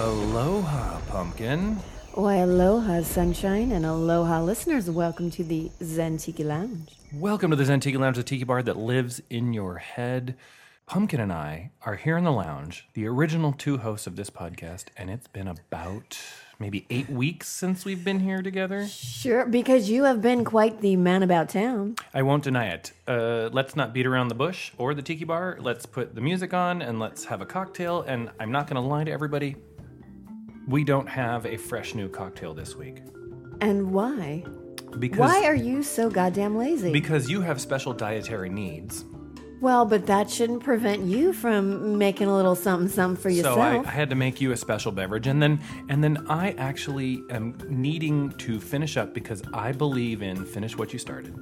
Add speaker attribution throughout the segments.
Speaker 1: Aloha, pumpkin.
Speaker 2: Why, aloha, sunshine, and aloha, listeners. Welcome to the Zen Tiki Lounge.
Speaker 1: Welcome to the Zen Tiki Lounge, the tiki bar that lives in your head. Pumpkin and I are here in the lounge, the original two hosts of this podcast, and it's been about maybe eight weeks since we've been here together.
Speaker 2: Sure, because you have been quite the man about town.
Speaker 1: I won't deny it. Uh, let's not beat around the bush or the tiki bar. Let's put the music on and let's have a cocktail. And I'm not going to lie to everybody, we don't have a fresh new cocktail this week.
Speaker 2: And why?
Speaker 1: Because,
Speaker 2: Why are you so goddamn lazy?
Speaker 1: because you have special dietary needs.
Speaker 2: well, but that shouldn't prevent you from making a little something something for
Speaker 1: So I,
Speaker 2: yourself.
Speaker 1: I had to make you a special beverage, and then and then I actually am needing to finish up because I believe in finish what you started.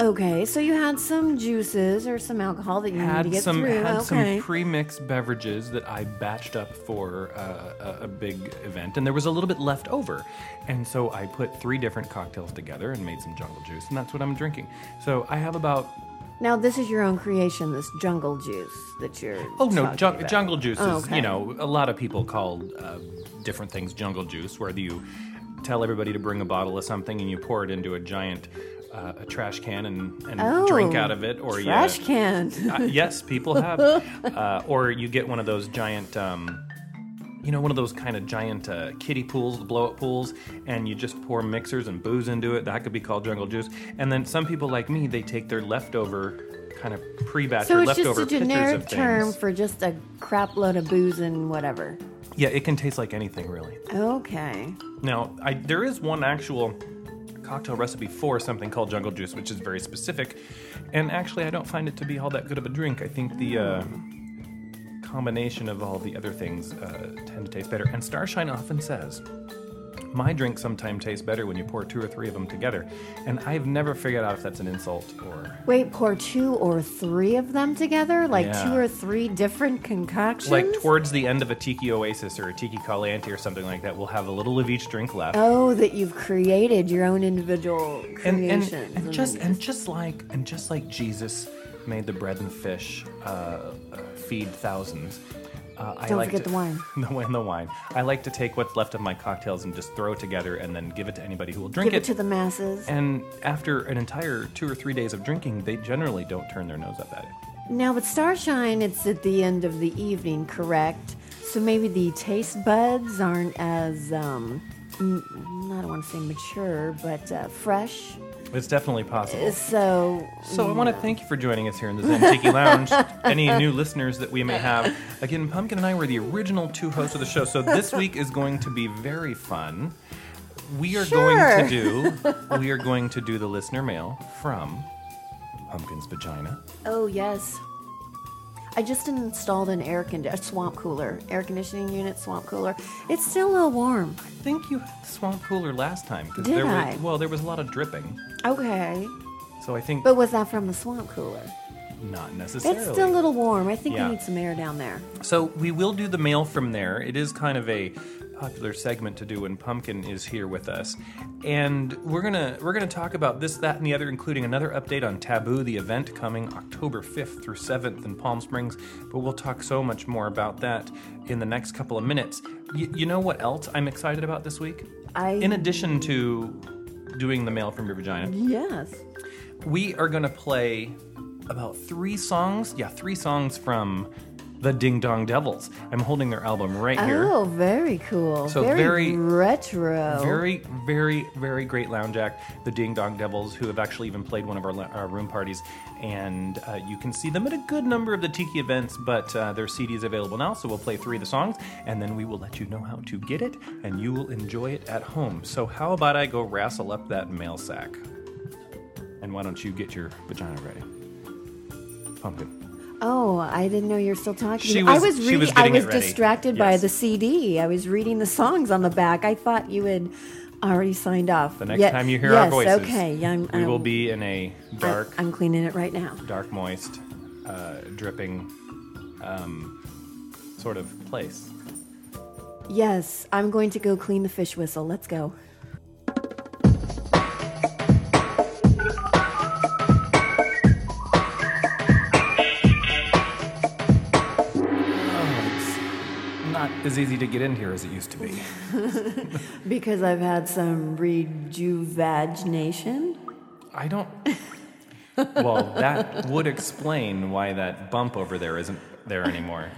Speaker 2: okay, so you had some juices or some alcohol that you need to
Speaker 1: Had
Speaker 2: get
Speaker 1: some
Speaker 2: through.
Speaker 1: had
Speaker 2: okay.
Speaker 1: some pre-mixed beverages that I batched up for uh, a, a big event, and there was a little bit left over, and so I put three different cocktails together and made some jungle juice, and that's what I'm drinking. So I have about
Speaker 2: now this is your own creation, this jungle juice that you're.
Speaker 1: Oh no,
Speaker 2: talking
Speaker 1: jung-
Speaker 2: about.
Speaker 1: jungle juice is
Speaker 2: Oh, okay.
Speaker 1: you know a lot of people call uh, different things jungle juice, where you tell everybody to bring a bottle of something and you pour it into a giant uh, a trash can and, and
Speaker 2: Oh,
Speaker 1: drink out of it, or you-
Speaker 2: trash can.
Speaker 1: Uh, yes, people have, uh, or you get one of those giant. Um, you know, one of those kind of giant uh, kiddie pools, the blow up pools, and you just pour mixers and booze into it. That could be called jungle juice. And then some people like me, they take their leftover kind of pre batch
Speaker 2: So
Speaker 1: or
Speaker 2: it's just
Speaker 1: leftover
Speaker 2: a
Speaker 1: pitchers of
Speaker 2: generic
Speaker 1: things.
Speaker 2: term for just a crap load of booze and whatever.
Speaker 1: Yeah, it can taste like anything, really.
Speaker 2: Okay.
Speaker 1: Now, I, there is one actual cocktail recipe for something called jungle juice, which is very specific. And actually, I don't find it to be all that good of a drink. I think the uh, combination of all the other things uh, tend to taste better. And Starshine often says, my drink sometimes tastes better when you pour two or three of them together. And I've never figured out if that's an insult or.
Speaker 2: Wait, pour two or three of them together? Like
Speaker 1: Yeah.
Speaker 2: two or three different concoctions?
Speaker 1: Like towards the end of a tiki oasis or a tiki caliente or something like that, we'll have a little of each drink left.
Speaker 2: oh, that you've created your own individual
Speaker 1: and, and-
Speaker 2: creations.
Speaker 1: and, just and
Speaker 2: Mm-hmm.
Speaker 1: just like and just like Jesus made the bread and fish uh, uh, feed thousands. Uh, I
Speaker 2: Don't
Speaker 1: like
Speaker 2: forget
Speaker 1: to-
Speaker 2: the wine.
Speaker 1: The wine, the wine. I like to take what's left of my cocktails and just throw it together, and then give it to anybody who will drink
Speaker 2: give it to the masses.
Speaker 1: and after an entire two or three days of drinking, they generally don't turn their nose up at it.
Speaker 2: Now with Starshine, it's at the end of the evening, correct? So maybe the taste buds aren't as, um, m- I don't want to say mature, but uh, fresh.
Speaker 1: It's definitely possible.
Speaker 2: So
Speaker 1: So I want
Speaker 2: Mm.
Speaker 1: to thank you for joining us here in the Zen Tiki Lounge. Any new listeners that we may have. Again, Pumpkin and I were the original two hosts of the show, so this week is going to be very fun. We are going to do we are going to do the listener mail from Pumpkin's vagina.
Speaker 2: Oh yes. I just installed an air condi- a swamp cooler, air conditioning unit, swamp cooler. It's still a little warm.
Speaker 1: I think you had the swamp cooler last time because
Speaker 2: Did
Speaker 1: there
Speaker 2: I?
Speaker 1: was well there was a lot of dripping.
Speaker 2: Okay.
Speaker 1: So I think
Speaker 2: But was that from the swamp cooler?
Speaker 1: not necessarily.
Speaker 2: It's still a little warm. I think
Speaker 1: Yeah.
Speaker 2: we need some air down there.
Speaker 1: So we will do the mail from there. It is kind of a popular segment to do when Pumpkin is here with us, and we're gonna we're gonna talk about this, that, and the other, including another update on Taboo, the event coming October fifth through seventh in Palm Springs. But we'll talk so much more about that in the next couple of minutes. Y- you know what else I'm excited about this week?
Speaker 2: I-
Speaker 1: in addition to doing the mail from your vagina
Speaker 2: Yes.
Speaker 1: we are going to play about three songs. Yeah, three songs from the Ding Dong Devils. I'm holding their album right here.
Speaker 2: Oh, very cool.
Speaker 1: So
Speaker 2: very,
Speaker 1: very-
Speaker 2: retro.
Speaker 1: Very, very, very great lounge act, the Ding Dong Devils, who have actually even played one of our, lo- our room parties. And uh, you can see them at a good number of the Tiki events, but uh, their CD is available now, so we'll play three of the songs, and then we will let you know how to get it, and you will enjoy it at home. So, how about I go wrestle up that mail sack? And why don't you get your vagina ready? Pumpkin.
Speaker 2: oh, I didn't know you were still talking.
Speaker 1: She
Speaker 2: I
Speaker 1: was-
Speaker 2: was
Speaker 1: she
Speaker 2: reading.
Speaker 1: was
Speaker 2: I
Speaker 1: getting
Speaker 2: was
Speaker 1: it ready.
Speaker 2: distracted by
Speaker 1: Yes.
Speaker 2: the CD. I was reading the songs on the back. I thought you had already signed off.
Speaker 1: The next
Speaker 2: Ye-
Speaker 1: time you hear
Speaker 2: yes,
Speaker 1: our voices,
Speaker 2: Okay. um, Yeah, I'm,
Speaker 1: we will
Speaker 2: I'm-
Speaker 1: be in a dark,
Speaker 2: I'm cleaning it right now.
Speaker 1: dark, moist, uh, dripping um, sort of place.
Speaker 2: Yes, I'm going to go clean the fish whistle. Let's go.
Speaker 1: Oh, Not as easy to get in here as it used to be.
Speaker 2: Because I've had some rejuvenation.
Speaker 1: I don't. well, that would explain why that bump over there isn't there anymore.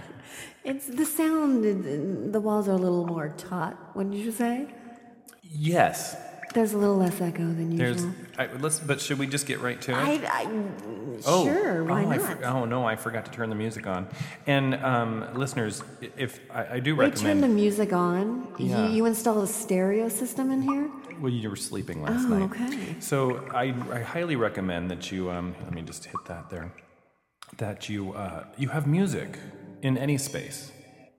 Speaker 2: It's the sound, uh, the walls are a little more taut, wouldn't you say?
Speaker 1: Yes.
Speaker 2: There's a little less echo than usual.
Speaker 1: There's. I, let's. But should we just get right to it?
Speaker 2: Mhm. I, I, sure, why
Speaker 1: oh, I
Speaker 2: not?
Speaker 1: for- oh no, I forgot to turn the music on. And um, listeners, i- if I, I do
Speaker 2: Wait, turn
Speaker 1: recommend,
Speaker 2: the music on.
Speaker 1: Yeah.
Speaker 2: You, you installed a stereo system in here?
Speaker 1: well, you were sleeping last
Speaker 2: Oh,
Speaker 1: night.
Speaker 2: okay.
Speaker 1: So I, I highly recommend that you. Um, let me just hit that there. That you uh, you have music in any space,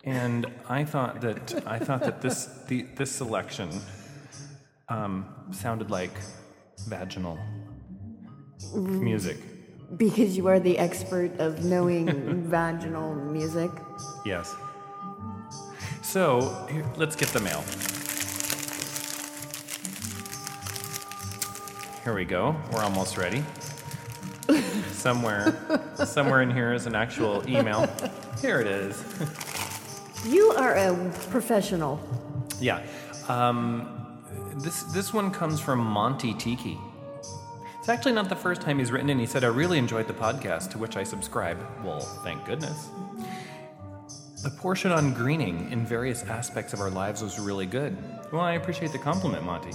Speaker 1: and I thought that I thought that this the, this selection um, sounded like vaginal music.
Speaker 2: Because you are the expert of knowing vaginal music.
Speaker 1: Yes. So here, let's get the mail. Here we go. We're almost ready. Somewhere, somewhere in here is an actual email. Here it is.
Speaker 2: You are a professional.
Speaker 1: Yeah. Um, this this one comes from Monty Tiki. It's actually not the first time he's written in. He said, "I really enjoyed the podcast, to which I subscribe." Well, thank goodness. The portion on greening in various aspects of our lives was really good. Well, I appreciate the compliment, Monty.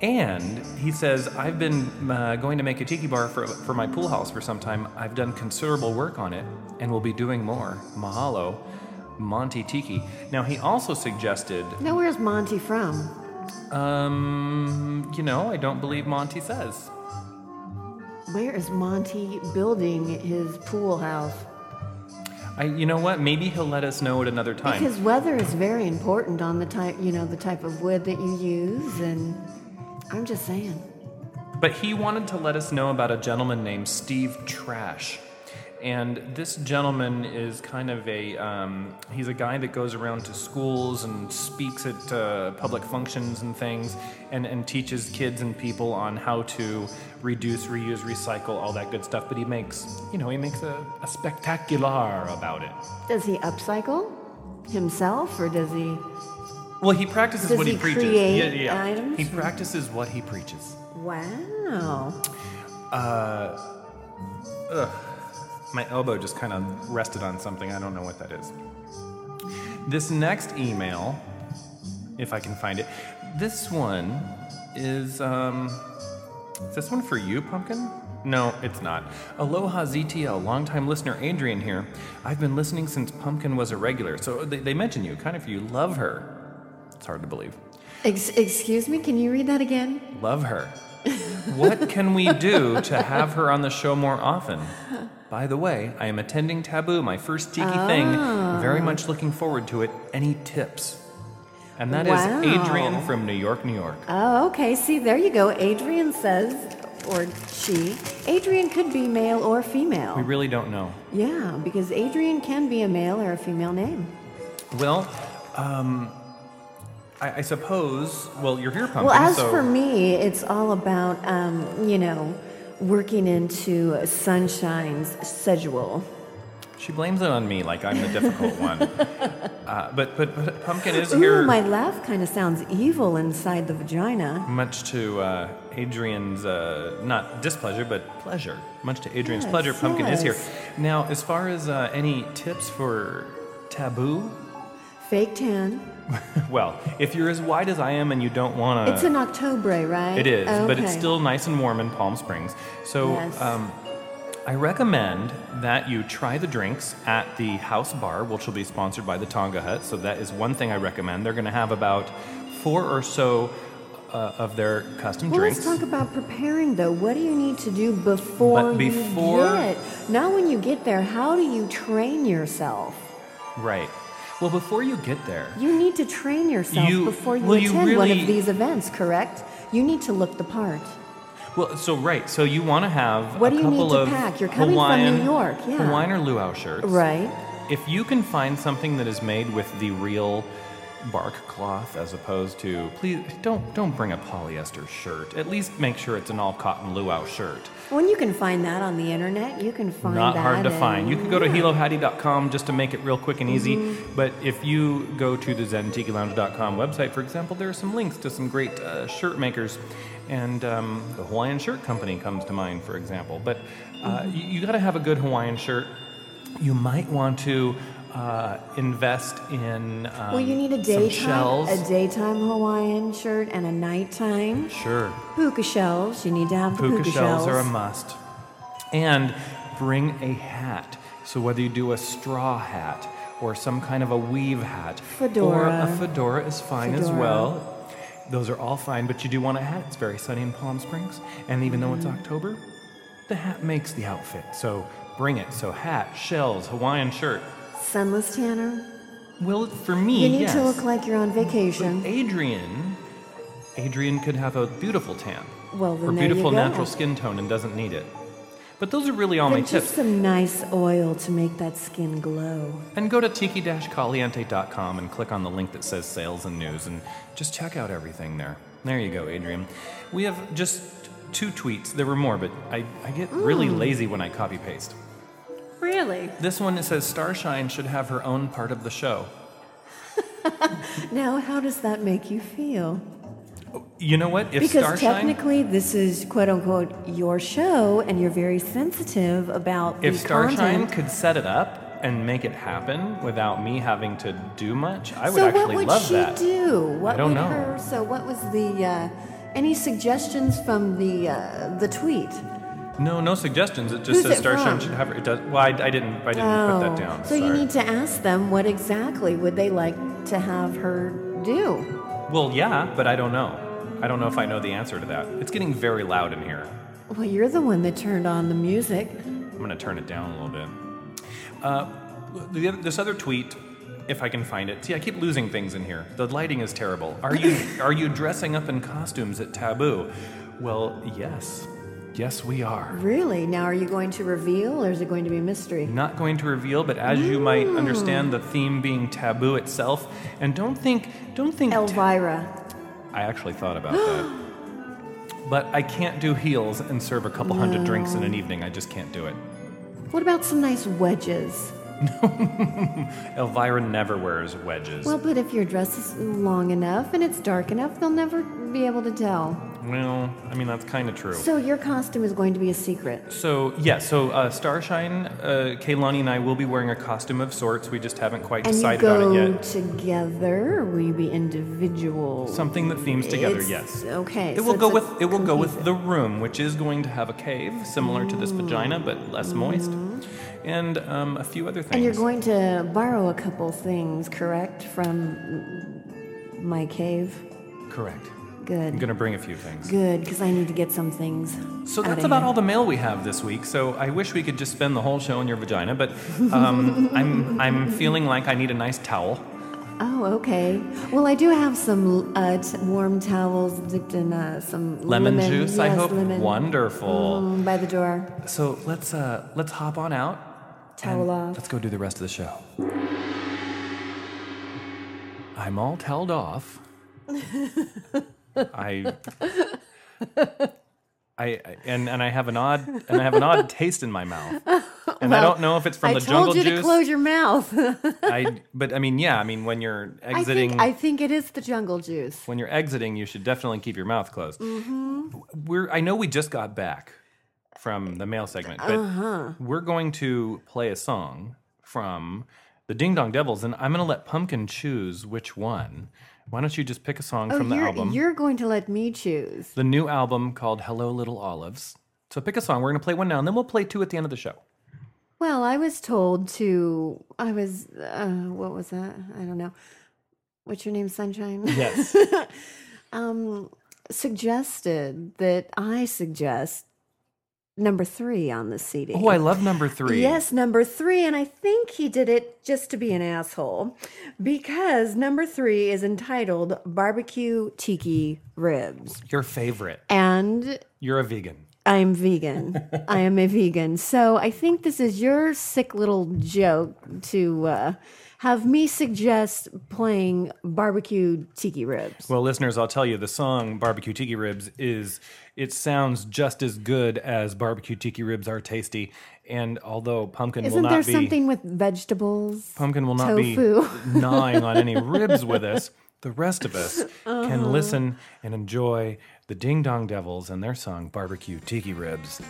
Speaker 1: And he says, I've been uh, going to make a tiki bar for, for my pool house for some time. I've done considerable work on it and will be doing more. Mahalo, Monty Tiki. Now, he also suggested
Speaker 2: Now, where's Monty from?
Speaker 1: um, you know, I don't believe Monty says.
Speaker 2: Where is Monty building his pool house?
Speaker 1: I, you know what? Maybe he'll let us know at another time.
Speaker 2: Because weather is very important on the type, you know, the type of wood that you use, and I'm just saying.
Speaker 1: but he wanted to let us know about a gentleman named Steve Trash. And this gentleman is kind of a, um, he's a guy that goes around to schools and speaks at uh, public functions and things and, and teaches kids and people on how to reduce, reuse, recycle, all that good stuff. But he makes, you know, he makes a, a spectacular about it.
Speaker 2: Does he upcycle himself, or does he?
Speaker 1: Well, he practices
Speaker 2: Does
Speaker 1: what he,
Speaker 2: he
Speaker 1: preaches.
Speaker 2: create
Speaker 1: yeah, yeah.
Speaker 2: items?
Speaker 1: He practices what he preaches.
Speaker 2: Wow.
Speaker 1: My elbow just kind of rested on something. I don't know what that is. This next email, if I can find it, this one is um, is this one for you, Pumpkin? No, it's not. Aloha ZTL, longtime listener Adrian here. I've been listening since Pumpkin was a regular, so they, they mention you, kind of you. Love her. It's hard to believe.
Speaker 2: Ex- excuse me, can you read that again?
Speaker 1: Love her. what can we do to have her on the show more often? By the way, I am attending Taboo, my first tiki thing.
Speaker 2: Ah.
Speaker 1: Very much looking forward to it. Any tips? And that is
Speaker 2: Wow.
Speaker 1: Adrian from New York, New York.
Speaker 2: Oh, okay. See, there you go. Adrian says, or she. Adrian could be male or
Speaker 1: We
Speaker 2: female.
Speaker 1: really don't know.
Speaker 2: Yeah, because Adrian can be a male or a female name.
Speaker 1: Well, um, I, I suppose. Well, you're here, pumpkin.
Speaker 2: Well, as
Speaker 1: so
Speaker 2: for me, it's all about, um, you know, working into Sunshine's schedule.
Speaker 1: she blames it on me, like I'm the difficult one. Uh, but, but but pumpkin is here.
Speaker 2: Ooh, my laugh kind of sounds evil inside the vagina.
Speaker 1: Much to uh, Adrian's, uh, not displeasure, but pleasure. Much to Adrian's
Speaker 2: Yes,
Speaker 1: pleasure, Pumpkin is here.
Speaker 2: yes.
Speaker 1: Now, as far as uh, any tips for taboo,
Speaker 2: Fake tan.
Speaker 1: Uh, well, if you're as wide as I am and you don't want to.
Speaker 2: it's in October, right?
Speaker 1: It is, but it's
Speaker 2: Okay.
Speaker 1: still nice and warm in Palm Springs. So
Speaker 2: Yes.
Speaker 1: um, I recommend that you try the drinks at the House Bar, which will be sponsored by the Tonga Hut. So that is one thing I recommend. They're going to have about four or so uh, of their custom
Speaker 2: Well,
Speaker 1: drinks.
Speaker 2: let's talk about preparing though. What do you need to do before,
Speaker 1: But before-
Speaker 2: you get? Not when you get there. How do you train yourself?
Speaker 1: Right. Well, before you get there,
Speaker 2: You need to train yourself
Speaker 1: You-
Speaker 2: before you
Speaker 1: well, you
Speaker 2: attend one
Speaker 1: really-
Speaker 2: of these events, correct? You need to look the part.
Speaker 1: well, so right, so you want to have
Speaker 2: What
Speaker 1: a
Speaker 2: do you
Speaker 1: couple
Speaker 2: need to
Speaker 1: of
Speaker 2: pack? You're coming from
Speaker 1: Hawaiian,
Speaker 2: New York, yeah.
Speaker 1: Hawaiian or luau shirts.
Speaker 2: Right.
Speaker 1: If you can find something that is made with the real bark cloth as opposed to please don't don't bring a polyester shirt. At least make sure it's an all cotton luau shirt.
Speaker 2: When you can find that on the internet, you can find
Speaker 1: Not
Speaker 2: that.
Speaker 1: hard to
Speaker 2: and-
Speaker 1: find. You could go to helohaddy.com just to make it real quick and easy.
Speaker 2: Mm-hmm.
Speaker 1: But if you go to the zentikilounge.com website, for example, there are some links to some great uh, shirt makers. And um, the Hawaiian Shirt Company comes to mind, for example. But uh,
Speaker 2: Mm-hmm.
Speaker 1: you, you got to have a good Hawaiian shirt. You might want to uh, invest in um,
Speaker 2: Well, you need a
Speaker 1: some
Speaker 2: daytime,
Speaker 1: shells.
Speaker 2: a daytime Hawaiian shirt and a nighttime
Speaker 1: sure.
Speaker 2: puka shells. You need to have the
Speaker 1: Puka,
Speaker 2: puka,
Speaker 1: shells are a must. And bring a hat. So whether you do a straw hat or some kind of a weave hat, or
Speaker 2: Fedora.
Speaker 1: a fedora is fine as
Speaker 2: Fedora.
Speaker 1: well. Those are all fine, but you do want a hat. It's very sunny in Palm Springs, and even though it's
Speaker 2: Mm.
Speaker 1: October, the hat makes the outfit. So bring it. So hat, shells, Hawaiian shirt.
Speaker 2: Sunless tanner.
Speaker 1: Will it for me?
Speaker 2: You need
Speaker 1: Mm, yes.
Speaker 2: to look like you're on vacation.
Speaker 1: Adrian, Adrian could have a beautiful tan.
Speaker 2: Well,
Speaker 1: or
Speaker 2: then there you
Speaker 1: beautiful
Speaker 2: go.
Speaker 1: natural skin tone and doesn't need it. But those are really all my
Speaker 2: Then
Speaker 1: tips.
Speaker 2: just some nice oil to make that skin glow.
Speaker 1: and go to tiki-caliente.com and click on the link that says sales and news and just check out everything there. There you go, Adrian. We have just two tweets. There were more, but I, I get really
Speaker 2: Hmm.
Speaker 1: lazy when I copy paste.
Speaker 2: Really?
Speaker 1: This one it says Starshine should have her own part of the show.
Speaker 2: Now, how does that make you feel?
Speaker 1: You know what? If
Speaker 2: Because
Speaker 1: Starshine
Speaker 2: technically, this is quote unquote your show, and you're very sensitive about
Speaker 1: If
Speaker 2: the
Speaker 1: Starshine
Speaker 2: content.
Speaker 1: could set it up and make it happen without me having to do much, I would
Speaker 2: so
Speaker 1: actually
Speaker 2: what would
Speaker 1: love
Speaker 2: she
Speaker 1: that.
Speaker 2: do? What
Speaker 1: don't
Speaker 2: would
Speaker 1: know.
Speaker 2: her? So what was the? Uh, any suggestions from the uh, the tweet?
Speaker 1: No, no suggestions. It just
Speaker 2: Who's
Speaker 1: says
Speaker 2: it
Speaker 1: Starshine
Speaker 2: from? Oh,
Speaker 1: should have. It does. Well, I, I didn't. I didn't put that down.
Speaker 2: so you
Speaker 1: sorry.
Speaker 2: need to ask them what exactly would they like to have her do.
Speaker 1: Well, yeah, but I don't know. I don't know if I know the answer to that. It's getting very loud in here.
Speaker 2: Well, you're the one that turned on the music.
Speaker 1: I'm gonna turn it down a little bit. Uh, the, other- this other tweet, if I can find it. See, I keep losing things in here. The lighting is terrible. Are you are you dressing up in costumes at Taboo? Well, yes, yes we are.
Speaker 2: Really? Now, are you going to reveal, or is it going to be mystery?
Speaker 1: Not going to reveal, but as you might understand,
Speaker 2: Hmm.
Speaker 1: the theme being taboo itself. And don't think, don't think. ta-
Speaker 2: Elvira.
Speaker 1: I actually thought about that. But I can't do heels and serve a couple hundred drinks in an evening. I just can't do it.
Speaker 2: What about some nice wedges?
Speaker 1: Elvira never wears wedges.
Speaker 2: Well,
Speaker 1: Well,
Speaker 2: but if your dress is long enough and it's dark enough, they'll never be able to tell.
Speaker 1: I mean, that's kind of true. So,
Speaker 2: So your costume is going to be a secret.
Speaker 1: yeah, so uh, Starshine, uh, Kaylani, and I will be wearing a costume of sorts. We just haven't quite
Speaker 2: And you
Speaker 1: decided
Speaker 2: go
Speaker 1: on it yet.
Speaker 2: together, or will you be individual?
Speaker 1: Something that themes together,
Speaker 2: It's-
Speaker 1: yes.
Speaker 2: Okay.
Speaker 1: It will go with it will go with the room, which is going to have a cave similar to this vagina, but less moist, and um, a few other things.
Speaker 2: Mm-hmm. And you're going to borrow a couple things, correct, from my cave?
Speaker 1: correct. I'm
Speaker 2: Good.
Speaker 1: going to bring a few things.
Speaker 2: Good, because I need to get some things.
Speaker 1: So
Speaker 2: outta
Speaker 1: that's about
Speaker 2: here.
Speaker 1: all the mail we have this week. So I wish we could just spend the whole show in your vagina, but um, I'm I'm feeling like I need a nice towel.
Speaker 2: Oh, okay. Well, I do have some uh, t- warm towels dipped in uh, some
Speaker 1: Lemon,
Speaker 2: lemon,
Speaker 1: juice, I
Speaker 2: Yes,
Speaker 1: hope.
Speaker 2: Lemon.
Speaker 1: Wonderful.
Speaker 2: Mm, by the door.
Speaker 1: So let's uh, let's hop on out.
Speaker 2: Towel
Speaker 1: and
Speaker 2: off.
Speaker 1: Let's go do the rest of the show. I'm all toweled off. I, I and and I have an odd and I have an odd taste in my mouth, and I don't know if it's from
Speaker 2: I
Speaker 1: the
Speaker 2: told
Speaker 1: jungle
Speaker 2: you
Speaker 1: juice.
Speaker 2: to close your mouth.
Speaker 1: I but I mean yeah, I mean when you're
Speaker 2: I
Speaker 1: exiting
Speaker 2: think I think it is the jungle juice.
Speaker 1: when you're exiting, you should definitely keep your mouth closed.
Speaker 2: Mm-hmm.
Speaker 1: We're I know we just got back from the mail segment, but
Speaker 2: Uh-huh.
Speaker 1: we're going to play a song from the Ding Dong Devils, and I'm going to let Pumpkin choose which one. Why don't you just pick a song
Speaker 2: Oh,
Speaker 1: from the
Speaker 2: you're,
Speaker 1: album,
Speaker 2: you're going to let me choose.
Speaker 1: the new album called Hello Little Olives? So pick a song. We're going to play one now, and then we'll play two at the end of the show.
Speaker 2: Well, I was told to. I was. Uh, what was that? I don't know. What's your name, Sunshine?
Speaker 1: Yes.
Speaker 2: Suggested that I suggest number three on the CD.
Speaker 1: oh, I love number three.
Speaker 2: Yes, number three. And I think he did it just to be an asshole because number three is entitled Barbecue Tiki Ribs.
Speaker 1: Your favorite.
Speaker 2: And
Speaker 1: You're a vegan.
Speaker 2: I'm vegan. I am a vegan. So I think this is your sick little joke to uh, have me suggest playing barbecue tiki ribs.
Speaker 1: Well, listeners, I'll tell you the song Barbecue Tiki Ribs is it sounds just as good as Barbecue Tiki Ribs are tasty. And although pumpkin will
Speaker 2: Isn't
Speaker 1: not
Speaker 2: there
Speaker 1: be
Speaker 2: something with vegetables?
Speaker 1: pumpkin will not
Speaker 2: tofu?
Speaker 1: be gnawing on any ribs with us, the rest of us
Speaker 2: Uh-huh.
Speaker 1: can listen and enjoy the Ding Dong Devils and their song Barbecue Tiki Ribs.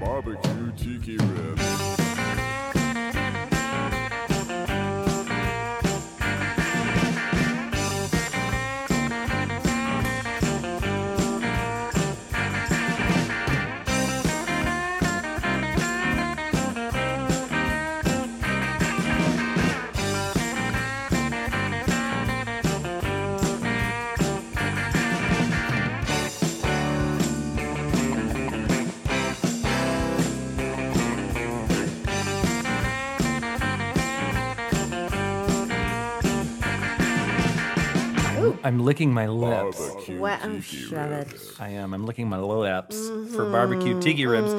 Speaker 3: Barbecue Tiki Ribs.
Speaker 1: I'm licking my lips.
Speaker 3: Barbecue
Speaker 2: Wow,
Speaker 3: Tiki
Speaker 2: Oh, shut
Speaker 3: Ribs.
Speaker 2: it.
Speaker 1: I am. I'm licking my lips for
Speaker 2: Mm-hmm.
Speaker 1: barbecue tiki ribs.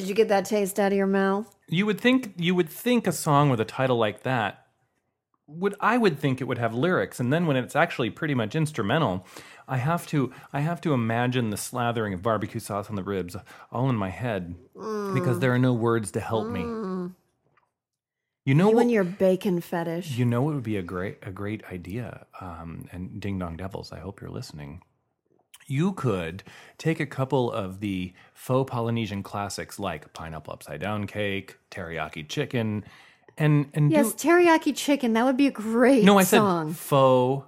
Speaker 2: Did you get that taste out of your mouth?
Speaker 1: You would think you would think a song with a title like that would I would think it would have lyrics, and then when it's actually pretty much instrumental, I have to I have to imagine the slathering of barbecue sauce on the ribs all in my head because there are no words to help me. You know
Speaker 2: Mm. You
Speaker 1: what?
Speaker 2: and your bacon fetish.
Speaker 1: Oh. You know it would be a great a great idea. Um, and Ding Dong Devils, I hope you're listening. You could take a couple of the faux Polynesian classics like pineapple upside down cake, teriyaki chicken, and and
Speaker 2: yes,
Speaker 1: do,
Speaker 2: teriyaki chicken. That would be a great
Speaker 1: no, I said
Speaker 2: song.
Speaker 1: faux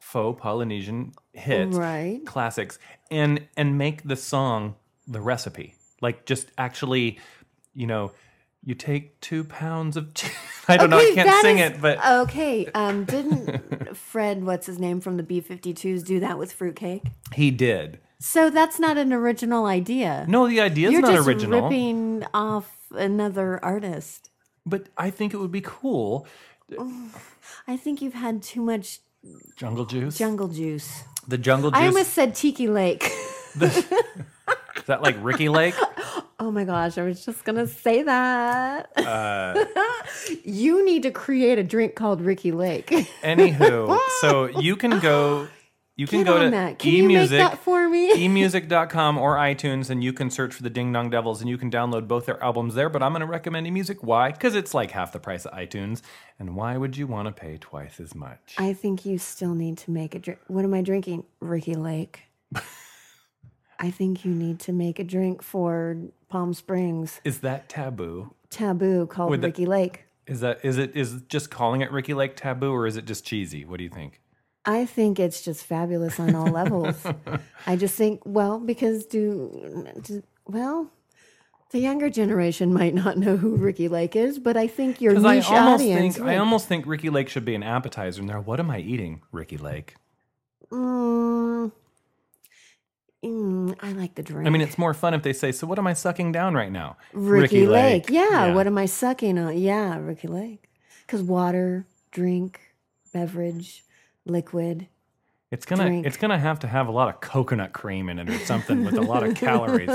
Speaker 1: faux Polynesian hits
Speaker 2: Right.
Speaker 1: classics and and make the song the recipe. Like just actually, you know, you take two pounds of. chi- I don't know. I can't
Speaker 2: that
Speaker 1: sing
Speaker 2: is-
Speaker 1: it, but
Speaker 2: okay. Um, didn't Fred, what's his name from the B-52s, do that with fruitcake?
Speaker 1: He did.
Speaker 2: So that's not an original idea.
Speaker 1: No, the idea is
Speaker 2: You're
Speaker 1: not
Speaker 2: just
Speaker 1: original,
Speaker 2: ripping off another artist.
Speaker 1: but I think it would be cool.
Speaker 2: I think you've had too much
Speaker 1: Jungle juice.
Speaker 2: jungle juice.
Speaker 1: the jungle
Speaker 2: I
Speaker 1: juice.
Speaker 2: almost said Tiki Lake.
Speaker 1: is that like Ricky Lake?
Speaker 2: Oh my gosh, I was just gonna say that.
Speaker 1: Uh,
Speaker 2: you need to create a drink called Ricky Lake.
Speaker 1: Anywho, so you can go. You can
Speaker 2: Get
Speaker 1: go
Speaker 2: on
Speaker 1: to
Speaker 2: that. Can you make
Speaker 1: emusic. E-
Speaker 2: that for me?
Speaker 1: emusic.com or iTunes, and you can search for the Ding Dong Devils, and you can download both their albums there. But I'm going to recommend emusic. Why? Because it's like half the price of iTunes, and why would you want to pay twice as much?
Speaker 2: I think you still need to make a drink. What am I drinking? Ricky Lake. I think you need to make a drink for Palm Springs
Speaker 1: is that taboo?
Speaker 2: taboo called
Speaker 1: With the-
Speaker 2: Ricky Lake.
Speaker 1: Is that is it is just calling it Ricky Lake taboo, or is it just cheesy? What do you think?
Speaker 2: I think it's just fabulous on all levels. I just think, well, because do, do- well, the younger generation might not know who Ricky Lake is, but I think your
Speaker 1: Because I
Speaker 2: niche
Speaker 1: almost
Speaker 2: audience.
Speaker 1: think
Speaker 2: would.
Speaker 1: I almost think Ricky Lake should be an appetizer. Now, what am I eating, Ricky Lake?
Speaker 2: Mm, mm, I like the drink.
Speaker 1: I mean, it's more fun if they say, "So, what am I sucking down right now?"
Speaker 2: Ricky, Lake. Yeah, What am I sucking on? Yeah, Ricky Lake. Because water, drink, beverage, liquid.
Speaker 1: It's gonna
Speaker 2: Drink.
Speaker 1: it's gonna have to have a lot of coconut cream in it or something with a lot of calories.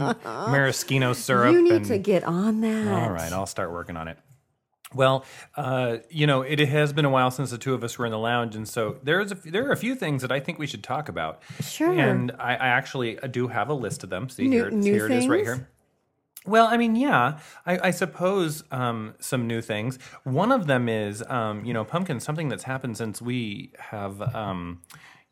Speaker 1: Maraschino syrup.
Speaker 2: you need
Speaker 1: and,
Speaker 2: to get on that.
Speaker 1: All right, I'll start working on it. Well, uh, you know, it has been a while since the two of us were in the lounge, and so there's a, there are a few things that I think we should talk about.
Speaker 2: Sure.
Speaker 1: And I, I actually uh, do have a list of them. See
Speaker 2: New-
Speaker 1: here,
Speaker 2: new
Speaker 1: here it is right
Speaker 2: things?
Speaker 1: here. Well, I mean, yeah, I, I suppose um, some new things. One of them is, um, you know, pumpkin. Something that's happened since we have, um,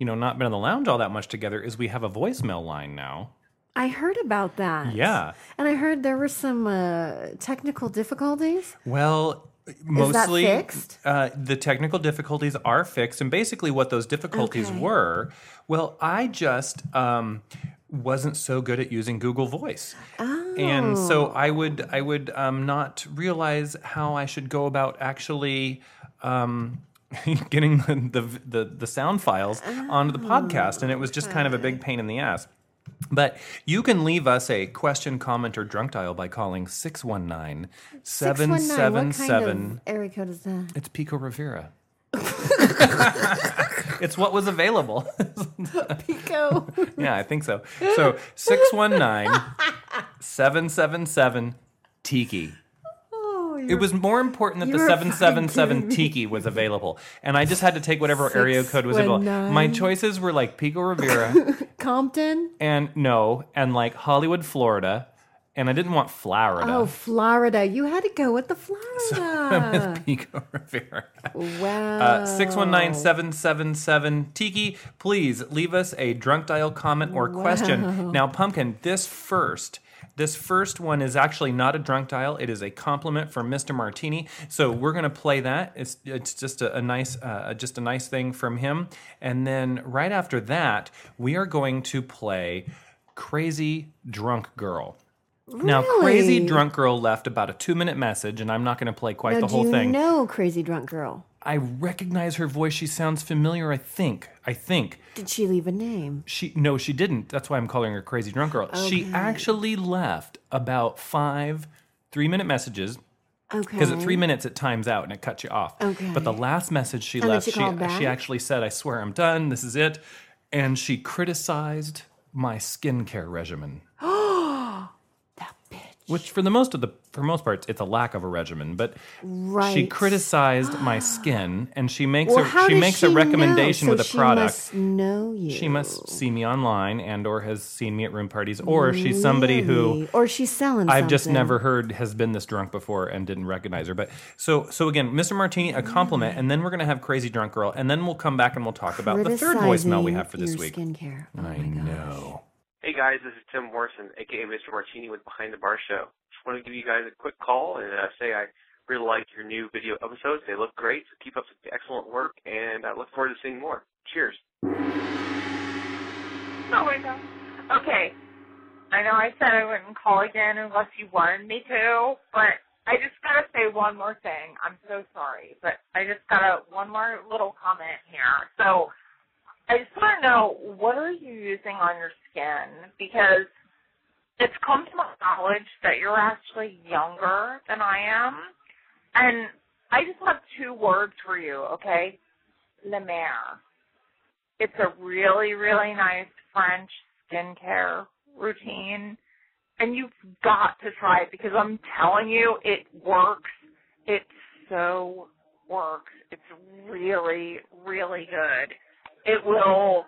Speaker 1: you know, not been in the lounge all that much together is we have a voicemail line now.
Speaker 2: I heard about that.
Speaker 1: Yeah.
Speaker 2: And I heard there were some uh, technical difficulties.
Speaker 1: Well, mostly
Speaker 2: fixed?
Speaker 1: Uh, the technical difficulties are fixed, and basically what those difficulties
Speaker 2: Okay.
Speaker 1: were. Well, I just um, wasn't so good at using Google Voice, and
Speaker 2: Oh.
Speaker 1: so I would I would um, not realize how I should go about actually. Um, getting the, the the the sound files onto
Speaker 2: Oh,
Speaker 1: the podcast and it was just kind of a big pain in the ass but you can leave us a question, comment, or drunk dial by calling 619
Speaker 2: 619, what kind
Speaker 1: 777.
Speaker 2: of area code is that?
Speaker 1: It's Pico Rivera. it's what was available.
Speaker 2: Pico.
Speaker 1: yeah, I think so. So 619 777 Tiki.
Speaker 2: oh,
Speaker 1: It was more important that
Speaker 2: You
Speaker 1: the
Speaker 2: were
Speaker 1: seven seven seven
Speaker 2: fucking kidding
Speaker 1: tiki was available, and I just had to take whatever area code was available. My
Speaker 2: 619.
Speaker 1: choices were like Pico Rivera,
Speaker 2: Compton.
Speaker 1: and no, and like Hollywood, Florida, and I didn't want Florida.
Speaker 2: Oh, Florida. You had to go with the Florida.
Speaker 1: Pico Rivera.
Speaker 2: wow.
Speaker 1: Uh, 619 Tiki, please leave us a drunk dial comment or question. Now, Pumpkin, this first. This first one is actually not a drunk dial. It is a compliment from Mr. Martini. So we're gonna play that. It's it's just a, a nice uh, just a nice thing from him. And then right after that, we are going to play Crazy Drunk Girl. Now, Crazy
Speaker 2: Really?
Speaker 1: Drunk Girl left about a two minute message, and I'm not gonna play quite
Speaker 2: Now,
Speaker 1: the
Speaker 2: do
Speaker 1: whole
Speaker 2: you
Speaker 1: thing.
Speaker 2: know Crazy Drunk Girl?
Speaker 1: I recognize her voice. She sounds familiar. I think. I think
Speaker 2: Did she leave a name?
Speaker 1: she. No, she didn't. That's why I'm calling her crazy drunk girl. She actually left about five three minute messages
Speaker 2: Okay.
Speaker 1: because at three minutes it times out and it cuts you off.
Speaker 2: Okay.
Speaker 1: But the last message she
Speaker 2: then
Speaker 1: left,
Speaker 2: she called back?
Speaker 1: she actually said, "I swear I'm done. This is it," and she criticized my skincare regimen.
Speaker 2: That bitch.
Speaker 1: Which, for the most of the for most parts, it's a lack of a regimen. But she
Speaker 2: Right.
Speaker 1: criticized my skin, and she makes
Speaker 2: Well,
Speaker 1: a
Speaker 2: how
Speaker 1: she
Speaker 2: does
Speaker 1: makes
Speaker 2: she
Speaker 1: a recommendation
Speaker 2: know?
Speaker 1: with a
Speaker 2: so
Speaker 1: product.
Speaker 2: She must know you.
Speaker 1: she must see me online and or has seen me at room parties or she's somebody who
Speaker 2: Really? or she's selling.
Speaker 1: I've just
Speaker 2: something.
Speaker 1: never heard has been this drunk before and didn't recognize her. But so so again, Mr. Martini, a compliment, and then we're gonna have Crazy Drunk Girl, and then we'll come back and we'll talk about the third voicemail we
Speaker 2: Criticizing
Speaker 1: have for this
Speaker 2: your
Speaker 1: week.
Speaker 2: Skincare. Oh
Speaker 1: I
Speaker 2: my gosh.
Speaker 1: know.
Speaker 3: Hey guys, this is Tim Morrison, aka Mr. Martini with Behind the Bar Show. Just want to give you guys a quick call and uh, say I really like your new video episodes. They look great. So keep up the excellent work, and I look forward to seeing more. Cheers.
Speaker 4: Oh my god. Okay. I know I said I wouldn't call again unless you wanted me to, but I just gotta say one more thing. I'm so sorry, but I just got to one more little comment here. So I just want to know what are you using on your skin because it's come to my knowledge that you're actually younger than I am, and I just have two words for you. Okay, La Mer. It's a really, really nice French skincare routine. And you've got to try it because I'm telling you, it works. It so works. It's really, really good. It will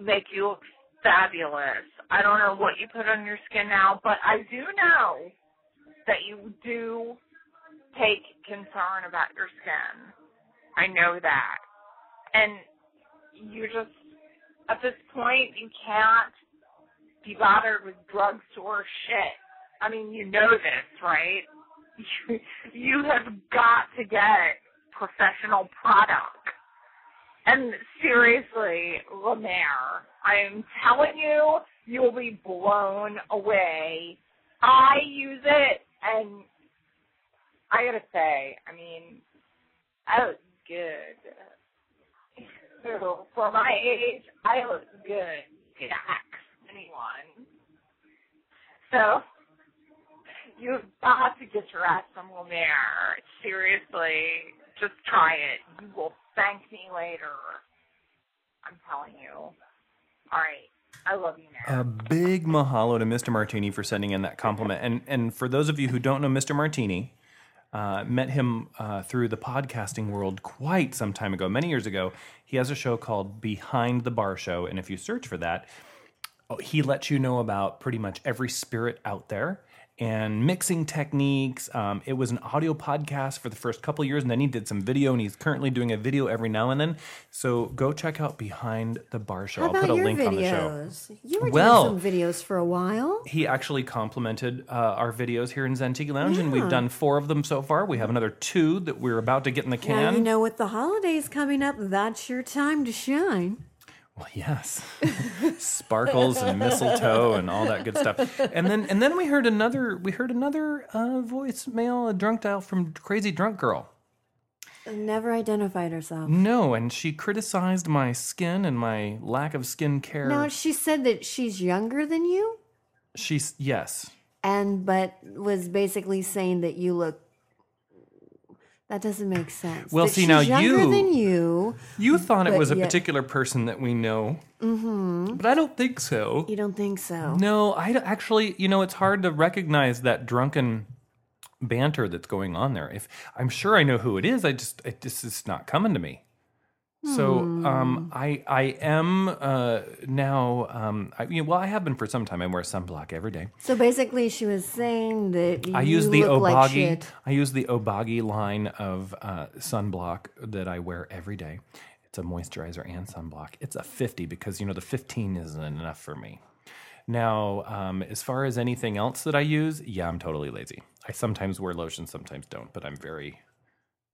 Speaker 4: make you look fabulous. I don't know what you put on your skin now, but I do know that you do take concern about your skin. I know that. And you just at this point you can't be bothered with drugstore shit. I mean, you know this, right? You, you have got to get professional product. And seriously, La Mer, I am telling you, you will be blown away. I use it, and I gotta say, I mean, I look good who, for my age, I look good to ask anyone. So, you've got to get your ass some Lumiere. Seriously, Just try it. You will thank me later. I'm telling you. All right. I love you now.
Speaker 1: A big mahalo to Mr. Martini for sending in that compliment. And and for those of you who don't know Mr. Martini, uh, met him uh, through the podcasting world quite some time ago, many years ago. He has a show called Behind the Bar Show, and if you search for that, oh, he lets you know about pretty much every spirit out there and mixing techniques. Um, it was an audio podcast for the first couple years, and then he did some video, and he's currently doing a video every now and then. So go check out Behind the Bar Show.
Speaker 2: How
Speaker 1: I'll
Speaker 2: about
Speaker 1: put a
Speaker 2: your
Speaker 1: link on the show.
Speaker 2: videos? You were
Speaker 1: Well-
Speaker 2: doing some videos for a while.
Speaker 1: He actually complimented uh, our videos here in Zantiki Lounge, and we've done four of them so far. We have another two that we're about to get in the
Speaker 2: Now
Speaker 1: can.
Speaker 2: you know with the holidays coming up, that's your time to shine.
Speaker 1: Well, yes, sparkles and mistletoe and all that good stuff. And then, and then we heard another. We heard another uh, voicemail, a drunk dial from Crazy Drunk Girl.
Speaker 2: Never identified herself.
Speaker 1: No, and she criticized my skin and my lack of skin care.
Speaker 2: Now she said that she's younger than you,
Speaker 1: She's yes.
Speaker 2: and but was basically saying that you look. That doesn't make sense.
Speaker 1: Well,
Speaker 2: That
Speaker 1: see,
Speaker 2: she's
Speaker 1: now
Speaker 2: younger
Speaker 1: you-
Speaker 2: than you.
Speaker 1: You thought it
Speaker 2: But
Speaker 1: was a
Speaker 2: yet-
Speaker 1: particular person that we know, mm-hmm. but I don't think so.
Speaker 2: You don't think so?
Speaker 1: No, I don't- actually, you know, it's hard to recognize that drunken banter that's going on there. If I'm sure I know who it is, I just it just it's not coming to me. So um, I I am uh, now um, I, you know, well I have been for some time. I wear sunblock every day.
Speaker 2: So basically, she was saying that
Speaker 1: I
Speaker 2: you
Speaker 1: use the
Speaker 2: look
Speaker 1: Obagi.
Speaker 2: like shit.
Speaker 1: I use the Obagi line of uh, sunblock that I wear every day. It's a moisturizer and sunblock. It's a 50 because you know the 15 isn't enough for me. Now, um, as far as anything else that I use, yeah, I'm totally lazy. I sometimes wear lotion, sometimes don't, but I'm very,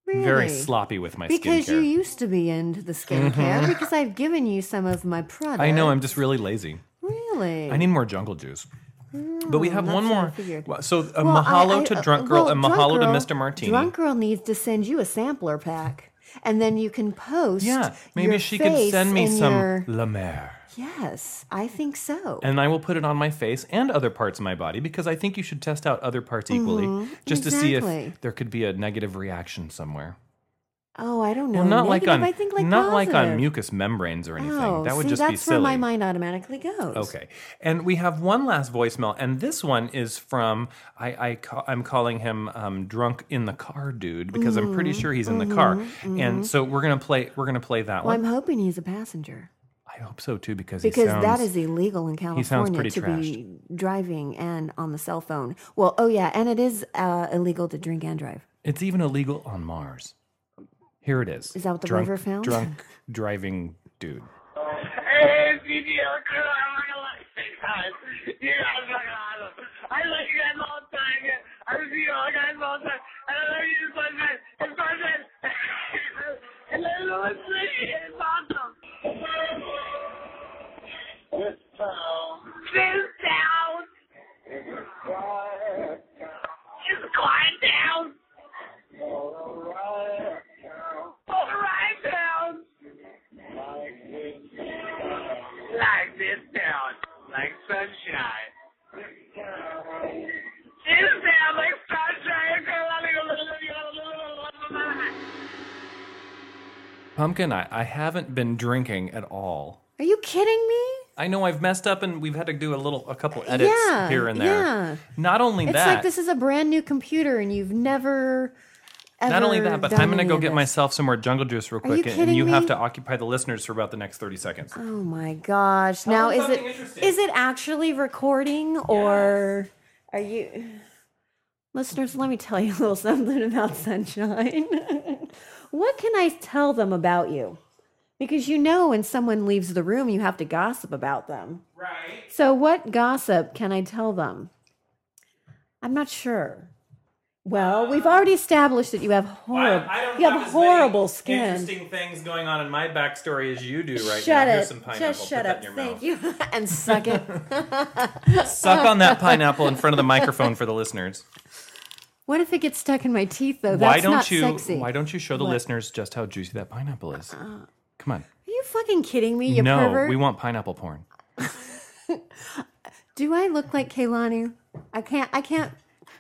Speaker 2: Really?
Speaker 1: very sloppy with my
Speaker 2: Because you
Speaker 1: skincare. Mm-hmm.
Speaker 2: used to be into the skincare. because I've given you some of my products.
Speaker 1: I know I'm just really lazy.
Speaker 2: really.
Speaker 1: I need more jungle juice. But we have
Speaker 2: Mm, that's
Speaker 1: one
Speaker 2: what I
Speaker 1: more.
Speaker 2: figured.
Speaker 1: Well, So a
Speaker 2: Well, I-
Speaker 1: mahalo
Speaker 2: I-
Speaker 1: to
Speaker 2: uh,
Speaker 1: Drunk Girl,
Speaker 2: well,
Speaker 1: and a
Speaker 2: Drunk
Speaker 1: mahalo
Speaker 2: Girl-
Speaker 1: to Mr. Martini.
Speaker 2: Drunk girl needs to send you a sampler pack, and then you can post.
Speaker 1: yeah, maybe
Speaker 2: your
Speaker 1: she could
Speaker 2: face
Speaker 1: send me
Speaker 2: and
Speaker 1: some
Speaker 2: your-
Speaker 1: La Mer.
Speaker 2: Yes, I think so.
Speaker 1: and I will put it on my face and other parts of my body because I think you should test out other parts equally just to see
Speaker 2: Mm-hmm. exactly.
Speaker 1: if there could be a negative reaction somewhere.
Speaker 2: oh, I don't know.
Speaker 1: Well, not like
Speaker 2: Negative,
Speaker 1: on
Speaker 2: I think like
Speaker 1: not like on
Speaker 2: positive.
Speaker 1: mucous membranes or anything.
Speaker 2: Oh,
Speaker 1: that would
Speaker 2: see,
Speaker 1: just
Speaker 2: that's
Speaker 1: be silly.
Speaker 2: where my mind automatically goes.
Speaker 1: Okay, and we have one last voicemail, and this one is from I, I ca- I'm calling him um, drunk in the car dude because I'm pretty
Speaker 2: Mm-hmm.
Speaker 1: sure he's in the car, and so we're gonna play we're gonna play that
Speaker 2: Well,
Speaker 1: one.
Speaker 2: I'm hoping he's a passenger
Speaker 1: I hope so too because he
Speaker 2: because
Speaker 1: sounds,
Speaker 2: that is illegal in
Speaker 1: sounds
Speaker 2: California
Speaker 1: pretty
Speaker 2: to be driving and on the cell phone. Well, oh yeah, and it is uh, illegal to drink and drive.
Speaker 1: It's even illegal on Mars. Here it is.
Speaker 2: Is that what the
Speaker 1: drunk,
Speaker 2: rover found?
Speaker 1: Drunk driving dude.
Speaker 5: Hey, CD, I'm gonna like you guys. You guys are awesome. I like you guys all the time. I see you all guys all the time. And I love you so much. It's so good. And I love it. It's awesome. This town. This town. It's quiet down. It's quiet down. All right down. All right down like this town, like sunshine. This town, like sunshine.
Speaker 1: Pumpkin, I, I haven't been drinking at all.
Speaker 2: Are you kidding me?
Speaker 1: I know I've messed up and we've had to do a little a couple edits
Speaker 2: Yeah,
Speaker 1: here and there.
Speaker 2: yeah.
Speaker 1: Not only
Speaker 2: It's
Speaker 1: that
Speaker 2: like this is a brand new computer and you've never. Ever
Speaker 1: not only that, but
Speaker 2: done
Speaker 1: I'm gonna
Speaker 2: any
Speaker 1: go
Speaker 2: of
Speaker 1: get
Speaker 2: this.
Speaker 1: myself some more jungle juice real
Speaker 2: you
Speaker 1: quick and- and
Speaker 2: kidding
Speaker 1: you have
Speaker 2: me?
Speaker 1: to occupy the listeners for about the next thirty seconds.
Speaker 2: Oh my gosh! Now
Speaker 1: me
Speaker 2: is
Speaker 1: something
Speaker 2: it
Speaker 1: interesting.
Speaker 2: is it actually recording or are you? Listeners, let me tell you a little something about sunshine. what can I tell them about you? Because you know, when someone leaves the room, you have to gossip about them. Right. So, what gossip can I tell them? I'm not sure. Well, we've already established that you have horrible, you have horrible skin.
Speaker 1: things going on in my backstory as you do
Speaker 2: Shut it. Just shut up. Thank you. and suck it.
Speaker 1: Suck on that pineapple in front of the microphone for the listeners.
Speaker 2: What if it gets stuck in my teeth though? That's
Speaker 1: why don't
Speaker 2: not
Speaker 1: you
Speaker 2: sexy.
Speaker 1: why don't you show the listeners just how juicy that pineapple is? Come on.
Speaker 2: Are you fucking kidding me? You
Speaker 1: no,
Speaker 2: pervert.
Speaker 1: we want pineapple porn.
Speaker 2: Do I look like Kaylani? I can't. I can't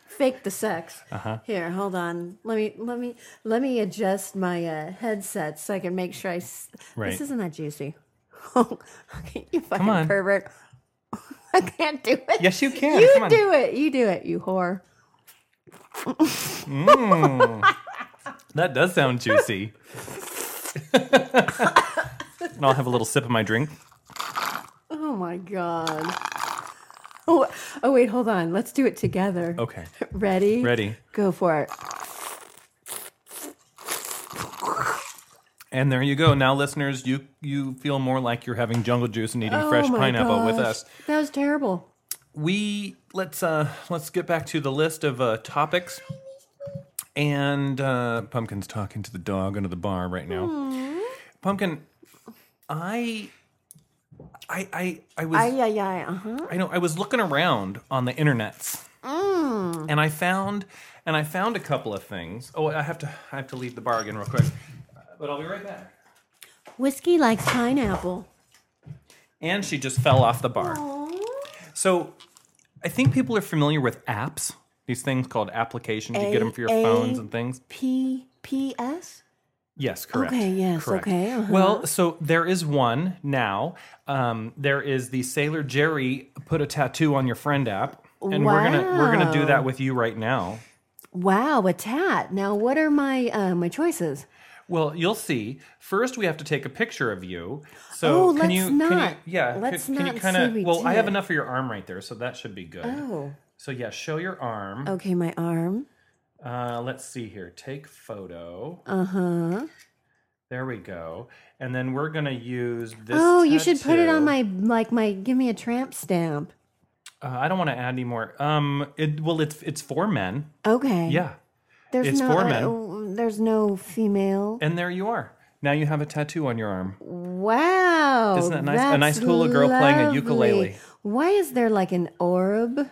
Speaker 2: fake the sex.
Speaker 1: Uh-huh.
Speaker 2: Here, hold on. Let me let me let me adjust my uh, headset so I can make sure I. S-
Speaker 1: Right.
Speaker 2: This isn't that juicy. okay, you fucking
Speaker 1: on.
Speaker 2: pervert. I can't do it.
Speaker 1: Yes, you can.
Speaker 2: You
Speaker 1: Come on.
Speaker 2: do it. You do it. You whore.
Speaker 1: That does sound juicy. and I'll have a little sip of my drink.
Speaker 2: Oh my god. Oh, oh wait, hold on. Let's do it together.
Speaker 1: Okay.
Speaker 2: Ready?
Speaker 1: Oh. Ready.
Speaker 2: Go for it.
Speaker 1: And there you go. Now, listeners, you you feel more like you're having jungle juice and eating fresh
Speaker 2: oh my
Speaker 1: pineapple with
Speaker 2: gosh.
Speaker 1: us.
Speaker 2: That was terrible.
Speaker 1: We let's uh let's get back to the list of uh topics. And uh Pumpkin's talking to the dog under the bar right now. Pumpkin, I I I I was
Speaker 2: Ay, ay, ay. Uh-huh.
Speaker 1: I know I was looking around on the internets,
Speaker 2: Mm.
Speaker 1: and I found and I found a couple of things. Oh, I have to I have to leave the bar again real quick, Uh, but I'll be right back.
Speaker 2: Whiskey likes pineapple.
Speaker 1: And she just fell off the bar. So I think people are familiar with apps. These things called applications. You get them for your
Speaker 2: A-
Speaker 1: phones and things.
Speaker 2: P P S?
Speaker 1: Yes, correct.
Speaker 2: Okay, yes,
Speaker 1: correct.
Speaker 2: okay, uh-huh.
Speaker 1: Well, so there is one now. Um, there is the Sailor Jerry put a tattoo on your friend app, and we're gonna we're gonna do
Speaker 2: Wow.
Speaker 1: that with you right now.
Speaker 2: Wow, a tat. Now what are my uh, my choices?
Speaker 1: Well, you'll see. First, we have to take a picture of you. So
Speaker 2: Oh,
Speaker 1: can
Speaker 2: let's
Speaker 1: you? Can
Speaker 2: not.
Speaker 1: you yeah. could-
Speaker 2: Let's
Speaker 1: can, you
Speaker 2: not
Speaker 1: kinda,
Speaker 2: say we
Speaker 1: Well, I have
Speaker 2: did.
Speaker 1: enough of your arm right there, so that should be good.
Speaker 2: Oh.
Speaker 1: So yeah, show your arm.
Speaker 2: Okay, my arm.
Speaker 1: Uh, let's see here. Take photo.
Speaker 2: Uh-huh.
Speaker 1: There we go. And then we're gonna use this.
Speaker 2: oh, you should put it on
Speaker 1: tattoo.
Speaker 2: my like my give me a tramp stamp.
Speaker 1: Uh, I don't want to add any more. Um. It well, it's it's for men.
Speaker 2: Okay.
Speaker 1: Yeah.
Speaker 2: There's
Speaker 1: It's
Speaker 2: no
Speaker 1: for
Speaker 2: uh,
Speaker 1: men.
Speaker 2: oh, there's no female.
Speaker 1: And there you are. Now you have a tattoo on your arm.
Speaker 2: Wow.
Speaker 1: Isn't that nice? A nice
Speaker 2: that's
Speaker 1: hula girl playing a
Speaker 2: lovely.
Speaker 1: ukulele.
Speaker 2: Why is there like an orb?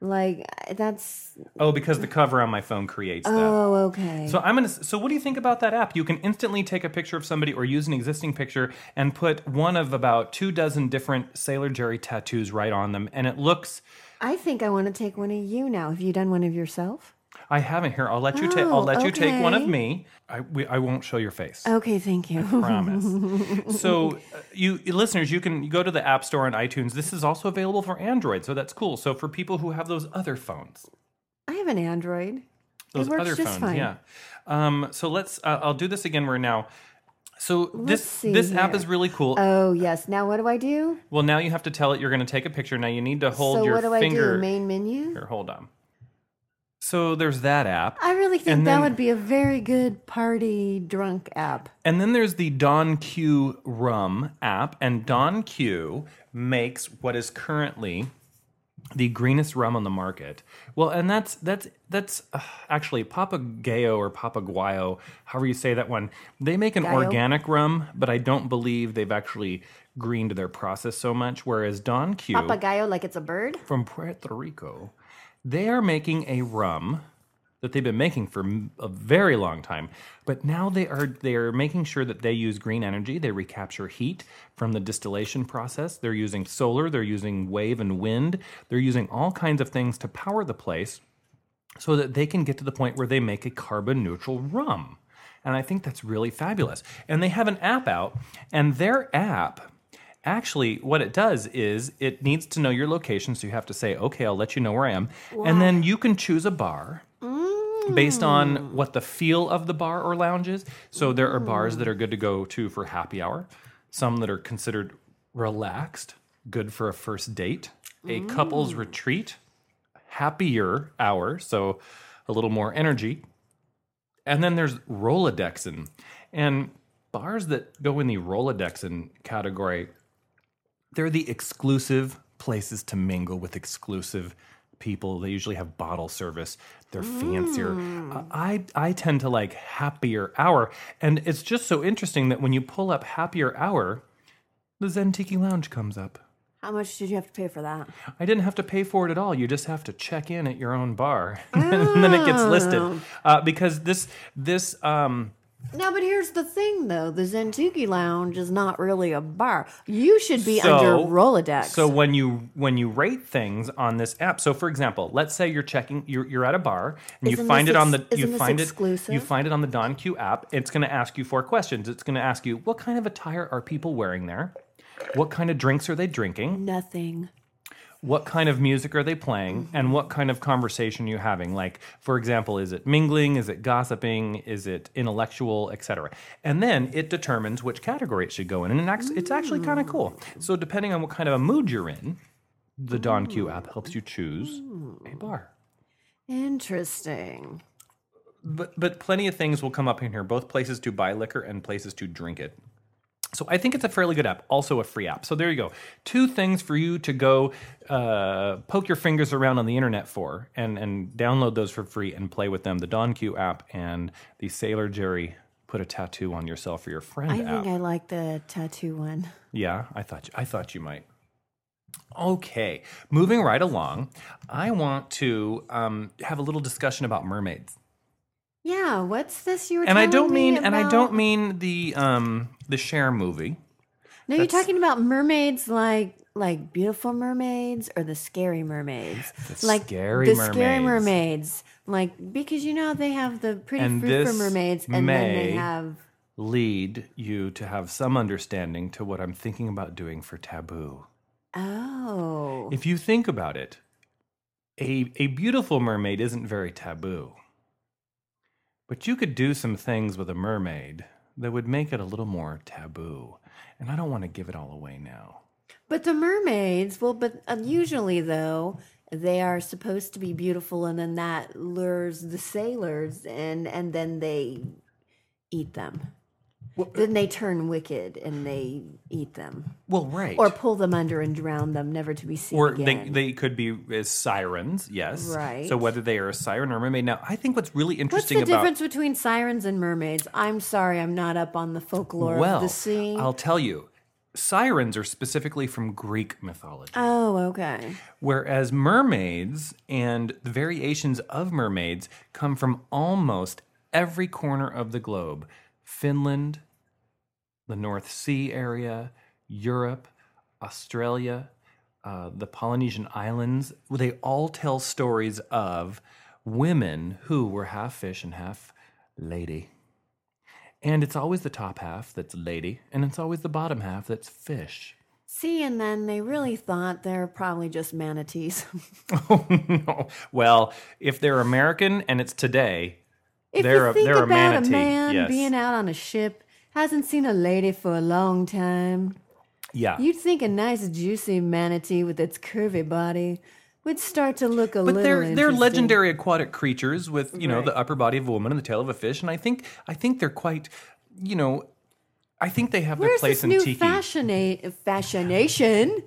Speaker 2: Like I- that's
Speaker 1: Oh, because the cover on my phone creates that.
Speaker 2: Oh, okay.
Speaker 1: So I'm gonna. So what do you think about that app? You can instantly take a picture of somebody or use an existing picture and put one of about two dozen different Sailor Jerry tattoos right on them, and it looks.
Speaker 2: I think I want to take one of you now. Have you done one of yourself?
Speaker 1: I haven't here. I'll let you take. I'll
Speaker 2: Oh,
Speaker 1: let you take one of
Speaker 2: okay.
Speaker 1: me. I we, I won't show your face.
Speaker 2: Okay, thank you.
Speaker 1: Promise. so, uh, you listeners, you can go to the App Store and iTunes. This is also available for Android, so that's cool. So for people who have those other phones,
Speaker 2: I have an Android.
Speaker 1: those
Speaker 2: it works
Speaker 1: other
Speaker 2: just
Speaker 1: phones,
Speaker 2: fine.
Speaker 1: yeah. Um, so let's. Uh, I'll do this again. We're now. So
Speaker 2: Let's
Speaker 1: this
Speaker 2: see
Speaker 1: this app
Speaker 2: here.
Speaker 1: is really cool.
Speaker 2: Oh yes. Now what do I do?
Speaker 1: Well, now you have to tell it you're going to take a picture. Now you need to hold
Speaker 2: so
Speaker 1: your
Speaker 2: what do
Speaker 1: finger.
Speaker 2: I do? Main menu.
Speaker 1: Here, hold on. So there's that app,
Speaker 2: I really think
Speaker 1: And
Speaker 2: that
Speaker 1: then-
Speaker 2: would be a very good party drunk app.
Speaker 1: and then there's the Don Q Rum app, and Don Q makes what is currently the greenest rum on the market. Well, and that's that's that's uh, actually Papagayo or Papagayo, however you say that one. They make an organic rum, but I don't believe they've actually greened their process so much. Whereas Don Q,
Speaker 2: Papagayo, like it's a bird.
Speaker 1: from Puerto Rico. They are making a rum that they've been making for m- a very long time, but now they are they are making sure that they use green energy. They recapture heat from the distillation process. They're using solar. They're using wave and wind. They're using all kinds of things to power the place, so that they can get to the point where they make a carbon neutral rum. And I think that's really fabulous. And they have an app out, and their app actually what it does is it needs to know your location so you have to say okay i'll let you know where i am and then you can choose a bar based on what the feel of the bar or lounge is so there are bars that are good to go to for happy hour some that are considered relaxed good for a first date a couple's retreat happier hour so a little more energy and then there's rolodexin and bars that go in the rolodexin category they're the exclusive places to mingle with exclusive people. They usually have bottle service. They're fancier. Uh, I I tend to like happier hour, and it's just so interesting that when you pull up happier hour, the Zen Tiki Lounge comes up.
Speaker 2: How much did you have to pay for that?
Speaker 1: I didn't have to pay for it at all. You just have to check in at your own bar, and then it gets listed uh, because this this um,
Speaker 2: No, but here's the thing, though. The Zentuki Lounge is not really a bar. You should be
Speaker 1: So-
Speaker 2: under Rolodex.
Speaker 1: So when you when you rate things on this app, so for example, let's say you're checking, you're, you're at a bar and
Speaker 2: Isn't
Speaker 1: you find
Speaker 2: this
Speaker 1: it on
Speaker 2: ex-
Speaker 1: the
Speaker 2: isn't
Speaker 1: you
Speaker 2: this
Speaker 1: find it you
Speaker 2: exclusive?
Speaker 1: find it on the Don Q app. It's going to ask you four questions. It's going to ask you what kind of attire are people wearing there, what kind of drinks are they drinking,
Speaker 2: nothing.
Speaker 1: what kind of music are they playing, and what kind of conversation are you having. Like for example, is it mingling, is it gossiping, is it intellectual, etc. And then it determines which category it should go in, and it acts, it's actually kind of cool. So depending on what kind of a mood you're in. The Don Q app helps you choose a bar.
Speaker 2: Interesting.
Speaker 1: But but plenty of things will come up in here, both places to buy liquor and places to drink it. So I think it's a fairly good app, also a free app. So there you go. Two things for you to go uh, poke your fingers around on the internet for and and download those for free and play with them. The Don Q app and the Sailor Jerry put a tattoo on yourself or your friend
Speaker 2: I
Speaker 1: app.
Speaker 2: think I like the tattoo one.
Speaker 1: Yeah, I thought I thought you might. Okay, moving right along, I want to um, have a little discussion about mermaids,
Speaker 2: Yeah, what's this you were
Speaker 1: and I
Speaker 2: telling
Speaker 1: don't
Speaker 2: me
Speaker 1: mean and I don't
Speaker 2: about?
Speaker 1: mean the um, the Cher movie.
Speaker 2: No, you're
Speaker 1: that's-
Speaker 2: talking about mermaids like like beautiful mermaids or the scary mermaids.
Speaker 1: The
Speaker 2: like
Speaker 1: scary
Speaker 2: the scary
Speaker 1: mermaids.
Speaker 2: mermaids. Like because you know they have the pretty
Speaker 1: And
Speaker 2: fruit for
Speaker 1: this
Speaker 2: mermaids and then
Speaker 1: May-
Speaker 2: they have
Speaker 1: Lead you to have some understanding to what I'm thinking about doing for Taboo.
Speaker 2: Oh.
Speaker 1: If you think about it, a a beautiful mermaid isn't very taboo, but you could do some things with a mermaid that would make it a little more taboo. And I don't want to give it all away now.
Speaker 2: But the mermaids, well, but um, usually though, they are supposed to be beautiful, and then that lures the sailors, and and then they eat them.
Speaker 1: uh,
Speaker 2: then they turn wicked and they eat them,
Speaker 1: Well, right.
Speaker 2: or pull them under and drown them, never to be seen
Speaker 1: or they,
Speaker 2: again.
Speaker 1: they could be as sirens, yes.
Speaker 2: Right.
Speaker 1: So whether they are a siren or a mermaid. Now, I think what's really
Speaker 2: What's
Speaker 1: interesting
Speaker 2: the
Speaker 1: about
Speaker 2: difference between sirens and mermaids? I'm sorry, I'm not up on the folklore
Speaker 1: well,
Speaker 2: of the sea.
Speaker 1: I'll tell you, sirens are specifically from Greek mythology.
Speaker 2: oh, okay.
Speaker 1: Whereas mermaids and the variations of mermaids come from almost every corner of the globe Finland, the North Sea area, Europe, Australia, uh, the Polynesian Islands. They all tell stories of women who were half fish and half lady. And it's always the top half that's lady, and it's always the bottom half that's fish.
Speaker 2: See, and then they really thought they're probably just manatees.
Speaker 1: Oh no! Well, if they're American and it's today,
Speaker 2: If
Speaker 1: They're
Speaker 2: you
Speaker 1: a-
Speaker 2: think
Speaker 1: they're a
Speaker 2: about
Speaker 1: manatee,
Speaker 2: man
Speaker 1: yes.
Speaker 2: being out on a ship, hasn't seen a lady for a long time,
Speaker 1: yeah.
Speaker 2: you'd think a nice juicy manatee with its curvy body would start to look a
Speaker 1: but
Speaker 2: little.
Speaker 1: they're they're
Speaker 2: interesting.
Speaker 1: legendary aquatic creatures with you know the upper body of a woman and the tail of a fish, and I think I think they're quite you know. I think they have their
Speaker 2: Where's
Speaker 1: place
Speaker 2: this
Speaker 1: in
Speaker 2: new
Speaker 1: tiki.
Speaker 2: fascina- fascination?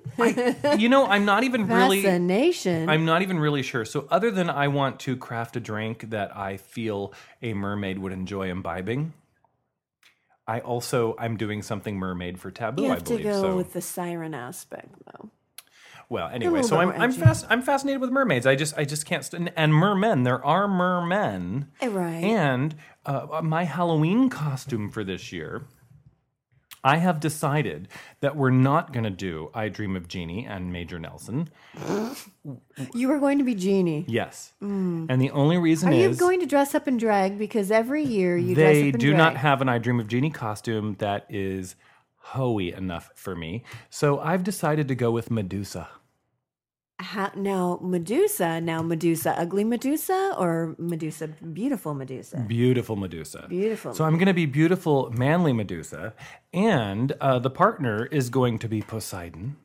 Speaker 1: You know, I'm not even really
Speaker 2: fascination.
Speaker 1: I'm not even really sure. So other than I want to craft a drink that I feel a mermaid would enjoy imbibing, I also I'm doing something mermaid for taboo.
Speaker 2: you
Speaker 1: I
Speaker 2: have to
Speaker 1: believe
Speaker 2: go
Speaker 1: so.
Speaker 2: with the siren aspect, though.
Speaker 1: Well, anyway,
Speaker 2: little
Speaker 1: so
Speaker 2: bit
Speaker 1: I'm
Speaker 2: more
Speaker 1: I'm,
Speaker 2: edgy.
Speaker 1: fas- I'm fascinated with mermaids. I just I just can't stand and mermen. There are mermen,
Speaker 2: Eh, right.
Speaker 1: And uh, my Halloween costume for this year, I have decided that we're not going to do "I Dream of Jeannie" and Major Nelson.
Speaker 2: You are going to be genie.
Speaker 1: Yes, and the only reason
Speaker 2: Mm. Are you
Speaker 1: is
Speaker 2: going to dress up and drag? Because every year you dress up
Speaker 1: they
Speaker 2: and
Speaker 1: do not
Speaker 2: drag.
Speaker 1: have an "I Dream of Jeannie" costume that is hoey enough for me. So I've decided to go with Medusa.
Speaker 2: How, now Medusa, now Medusa, ugly Medusa or Medusa, beautiful Medusa?
Speaker 1: Beautiful Medusa.
Speaker 2: Beautiful
Speaker 1: So I'm going to be beautiful, manly Medusa, and uh, the partner is going to be Poseidon.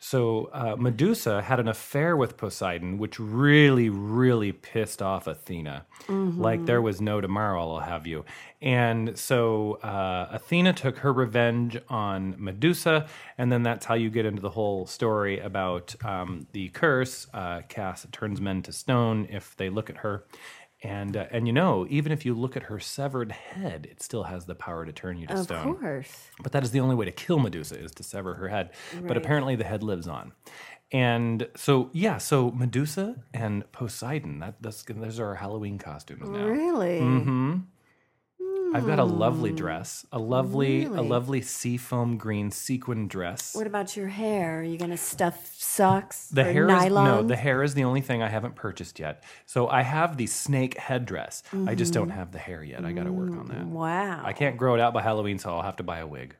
Speaker 1: So uh, Medusa had an affair with Poseidon, which really, really pissed off Athena. Like there was no tomorrow, I'll have you. And so uh, Athena took her revenge on Medusa, and then that's how you get into the whole story about um, the curse. Uh, Cass turns men to stone if they look at her. And uh, and you know, even if you look at her severed head, it still has the power to turn you to
Speaker 2: Of
Speaker 1: stone.
Speaker 2: course.
Speaker 1: But that is the only way to kill Medusa is to sever her head. But apparently, the head lives on. And so yeah, so Medusa Oh. and Poseidon. That that's those are our Halloween costumes now.
Speaker 2: Really?
Speaker 1: hmm I've got a lovely dress, a lovely, a lovely seafoam green sequin dress.
Speaker 2: What about your hair? Are you going to stuff socks
Speaker 1: the
Speaker 2: or
Speaker 1: hair
Speaker 2: nylon?
Speaker 1: is no, the hair is the only thing I haven't purchased yet. So I have the snake headdress. I just don't
Speaker 2: Mm-hmm.
Speaker 1: have the hair yet. I got to work on
Speaker 2: Mm,
Speaker 1: that.
Speaker 2: wow.
Speaker 1: I can't grow it out by Halloween, so I'll have to buy a wig.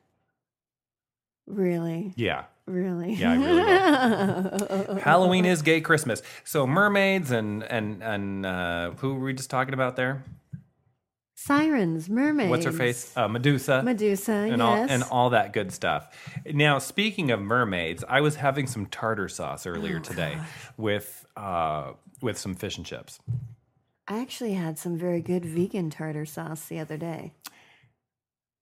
Speaker 2: Really?
Speaker 1: Yeah.
Speaker 2: Really?
Speaker 1: Yeah, I
Speaker 2: really
Speaker 1: Halloween is gay Christmas. So mermaids and and and uh, who were we just talking about there?
Speaker 2: Sirens, mermaids.
Speaker 1: What's her face? Uh, Medusa.
Speaker 2: Medusa,
Speaker 1: and
Speaker 2: yes.
Speaker 1: all and all that good stuff. Now, speaking of mermaids, I was having some tartar sauce earlier
Speaker 2: Oh,
Speaker 1: today with uh, with some fish and chips.
Speaker 2: I actually had some very good vegan tartar sauce the other day.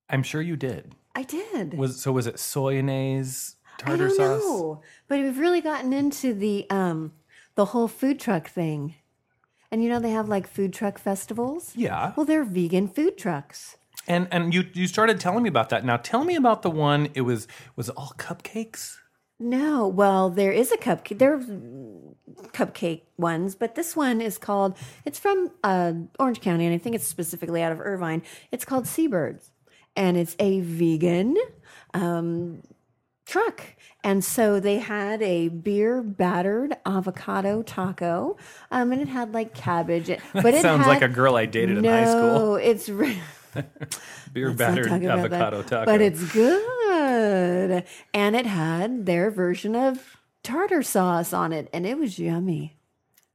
Speaker 1: I'm sure you did.
Speaker 2: I did.
Speaker 1: Was so? Was it soyonnaise tartar
Speaker 2: I don't
Speaker 1: sauce?
Speaker 2: know, but we've really gotten into the um, the whole food truck thing, and you know they have like food truck festivals.
Speaker 1: Yeah.
Speaker 2: Well, they're vegan food trucks.
Speaker 1: And and you you started telling me about that. Now tell me about the one. It was was it all cupcakes?
Speaker 2: No, well, there is a cupcake. There are cupcake ones, but this one is called. It's from uh, Orange County, and I think it's specifically out of Irvine. It's called Seabirds, and it's a vegan um, truck. And so they had a beer battered avocado taco, um, and it had like cabbage. It- But it
Speaker 1: Sounds like a
Speaker 2: had-
Speaker 1: girl I dated in high school.
Speaker 2: No, it's. Re-
Speaker 1: Beer
Speaker 2: Let's not
Speaker 1: battered
Speaker 2: talk about that.
Speaker 1: avocado taco.
Speaker 2: But it's good. And it had their version of tartar sauce on it, and it was yummy.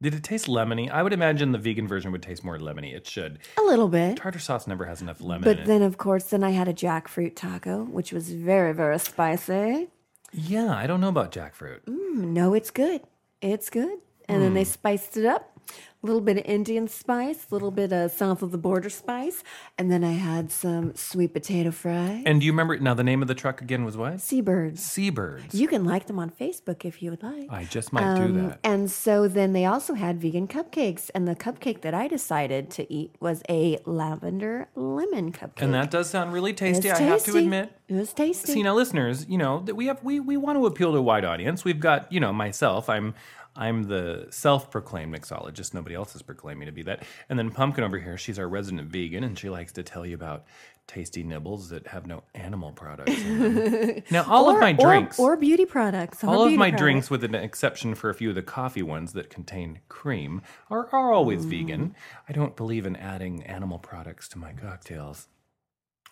Speaker 1: Did it taste lemony? I would imagine the vegan version would taste more lemony. It should.
Speaker 2: A little bit.
Speaker 1: Tartar sauce never has enough lemon. in
Speaker 2: But
Speaker 1: it.
Speaker 2: then, of course, then I had a jackfruit taco, which was very, very spicy.
Speaker 1: Yeah, I don't know about jackfruit.
Speaker 2: Mm. No, it's good. It's good. And then
Speaker 1: Hmm.
Speaker 2: they spiced it up. A little bit of Indian spice, a little bit of south of the border spice. And then I had some sweet potato fry.
Speaker 1: And do you remember now the name of the truck again was what?
Speaker 2: Seabirds.
Speaker 1: Seabirds.
Speaker 2: You can like them on Facebook if you would like.
Speaker 1: I just might do
Speaker 2: Um,
Speaker 1: that.
Speaker 2: And so then they also had vegan cupcakes, and the cupcake that I decided to eat was a lavender lemon cupcake.
Speaker 1: And that does sound really
Speaker 2: It was
Speaker 1: tasty, I have to
Speaker 2: tasty.
Speaker 1: admit.
Speaker 2: it was tasty.
Speaker 1: See now listeners, you know, that we have we we want to appeal to a wide audience. We've got, you know, myself, I'm I'm the self-proclaimed mixologist. Nobody else has proclaimed me to be that. And then Pumpkin over here, she's our resident vegan, and she likes to tell you about tasty nibbles that have no animal products. in them. now, all
Speaker 2: or,
Speaker 1: of my
Speaker 2: or-
Speaker 1: drinks,
Speaker 2: or, beauty products. or
Speaker 1: All of
Speaker 2: beauty
Speaker 1: my
Speaker 2: products.
Speaker 1: drinks, with an exception for a few of the coffee ones that contain cream, are, are always vegan. I don't believe in adding animal products to my cocktails.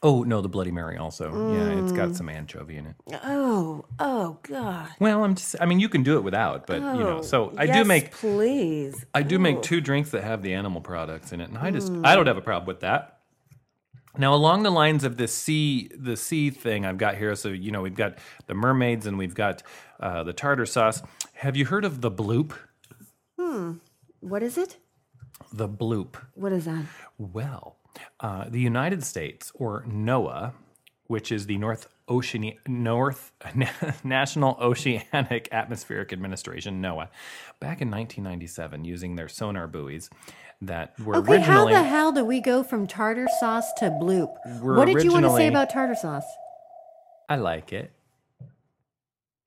Speaker 1: Oh, no, the Bloody Mary also. Yeah, it's got some anchovy in it.
Speaker 2: Oh, oh God.
Speaker 1: Well, I'm just, I mean, you can do it without, but, you know,
Speaker 2: Oh,
Speaker 1: so I do
Speaker 2: yes,
Speaker 1: make.
Speaker 2: Please.
Speaker 1: I do make two drinks that have the animal products in it, and I just
Speaker 2: Hmm.
Speaker 1: I don't have a problem with that. Now, along the lines of the sea, the sea thing I've got here. So you know, we've got the mermaids and we've got uh, the tartar sauce. Have you heard of the bloop?
Speaker 2: What is it?
Speaker 1: The bloop.
Speaker 2: What is that?
Speaker 1: Well, uh, the United States or NOAA, which is the North Ocean North National Oceanic Atmospheric Administration (NOAA), back in 1997, using their sonar buoys that were
Speaker 2: Okay, how
Speaker 1: originally
Speaker 2: the hell do we go from tartar sauce to bloop?
Speaker 1: We're
Speaker 2: What did you want to
Speaker 1: originally-
Speaker 2: say about tartar sauce?
Speaker 1: I like it.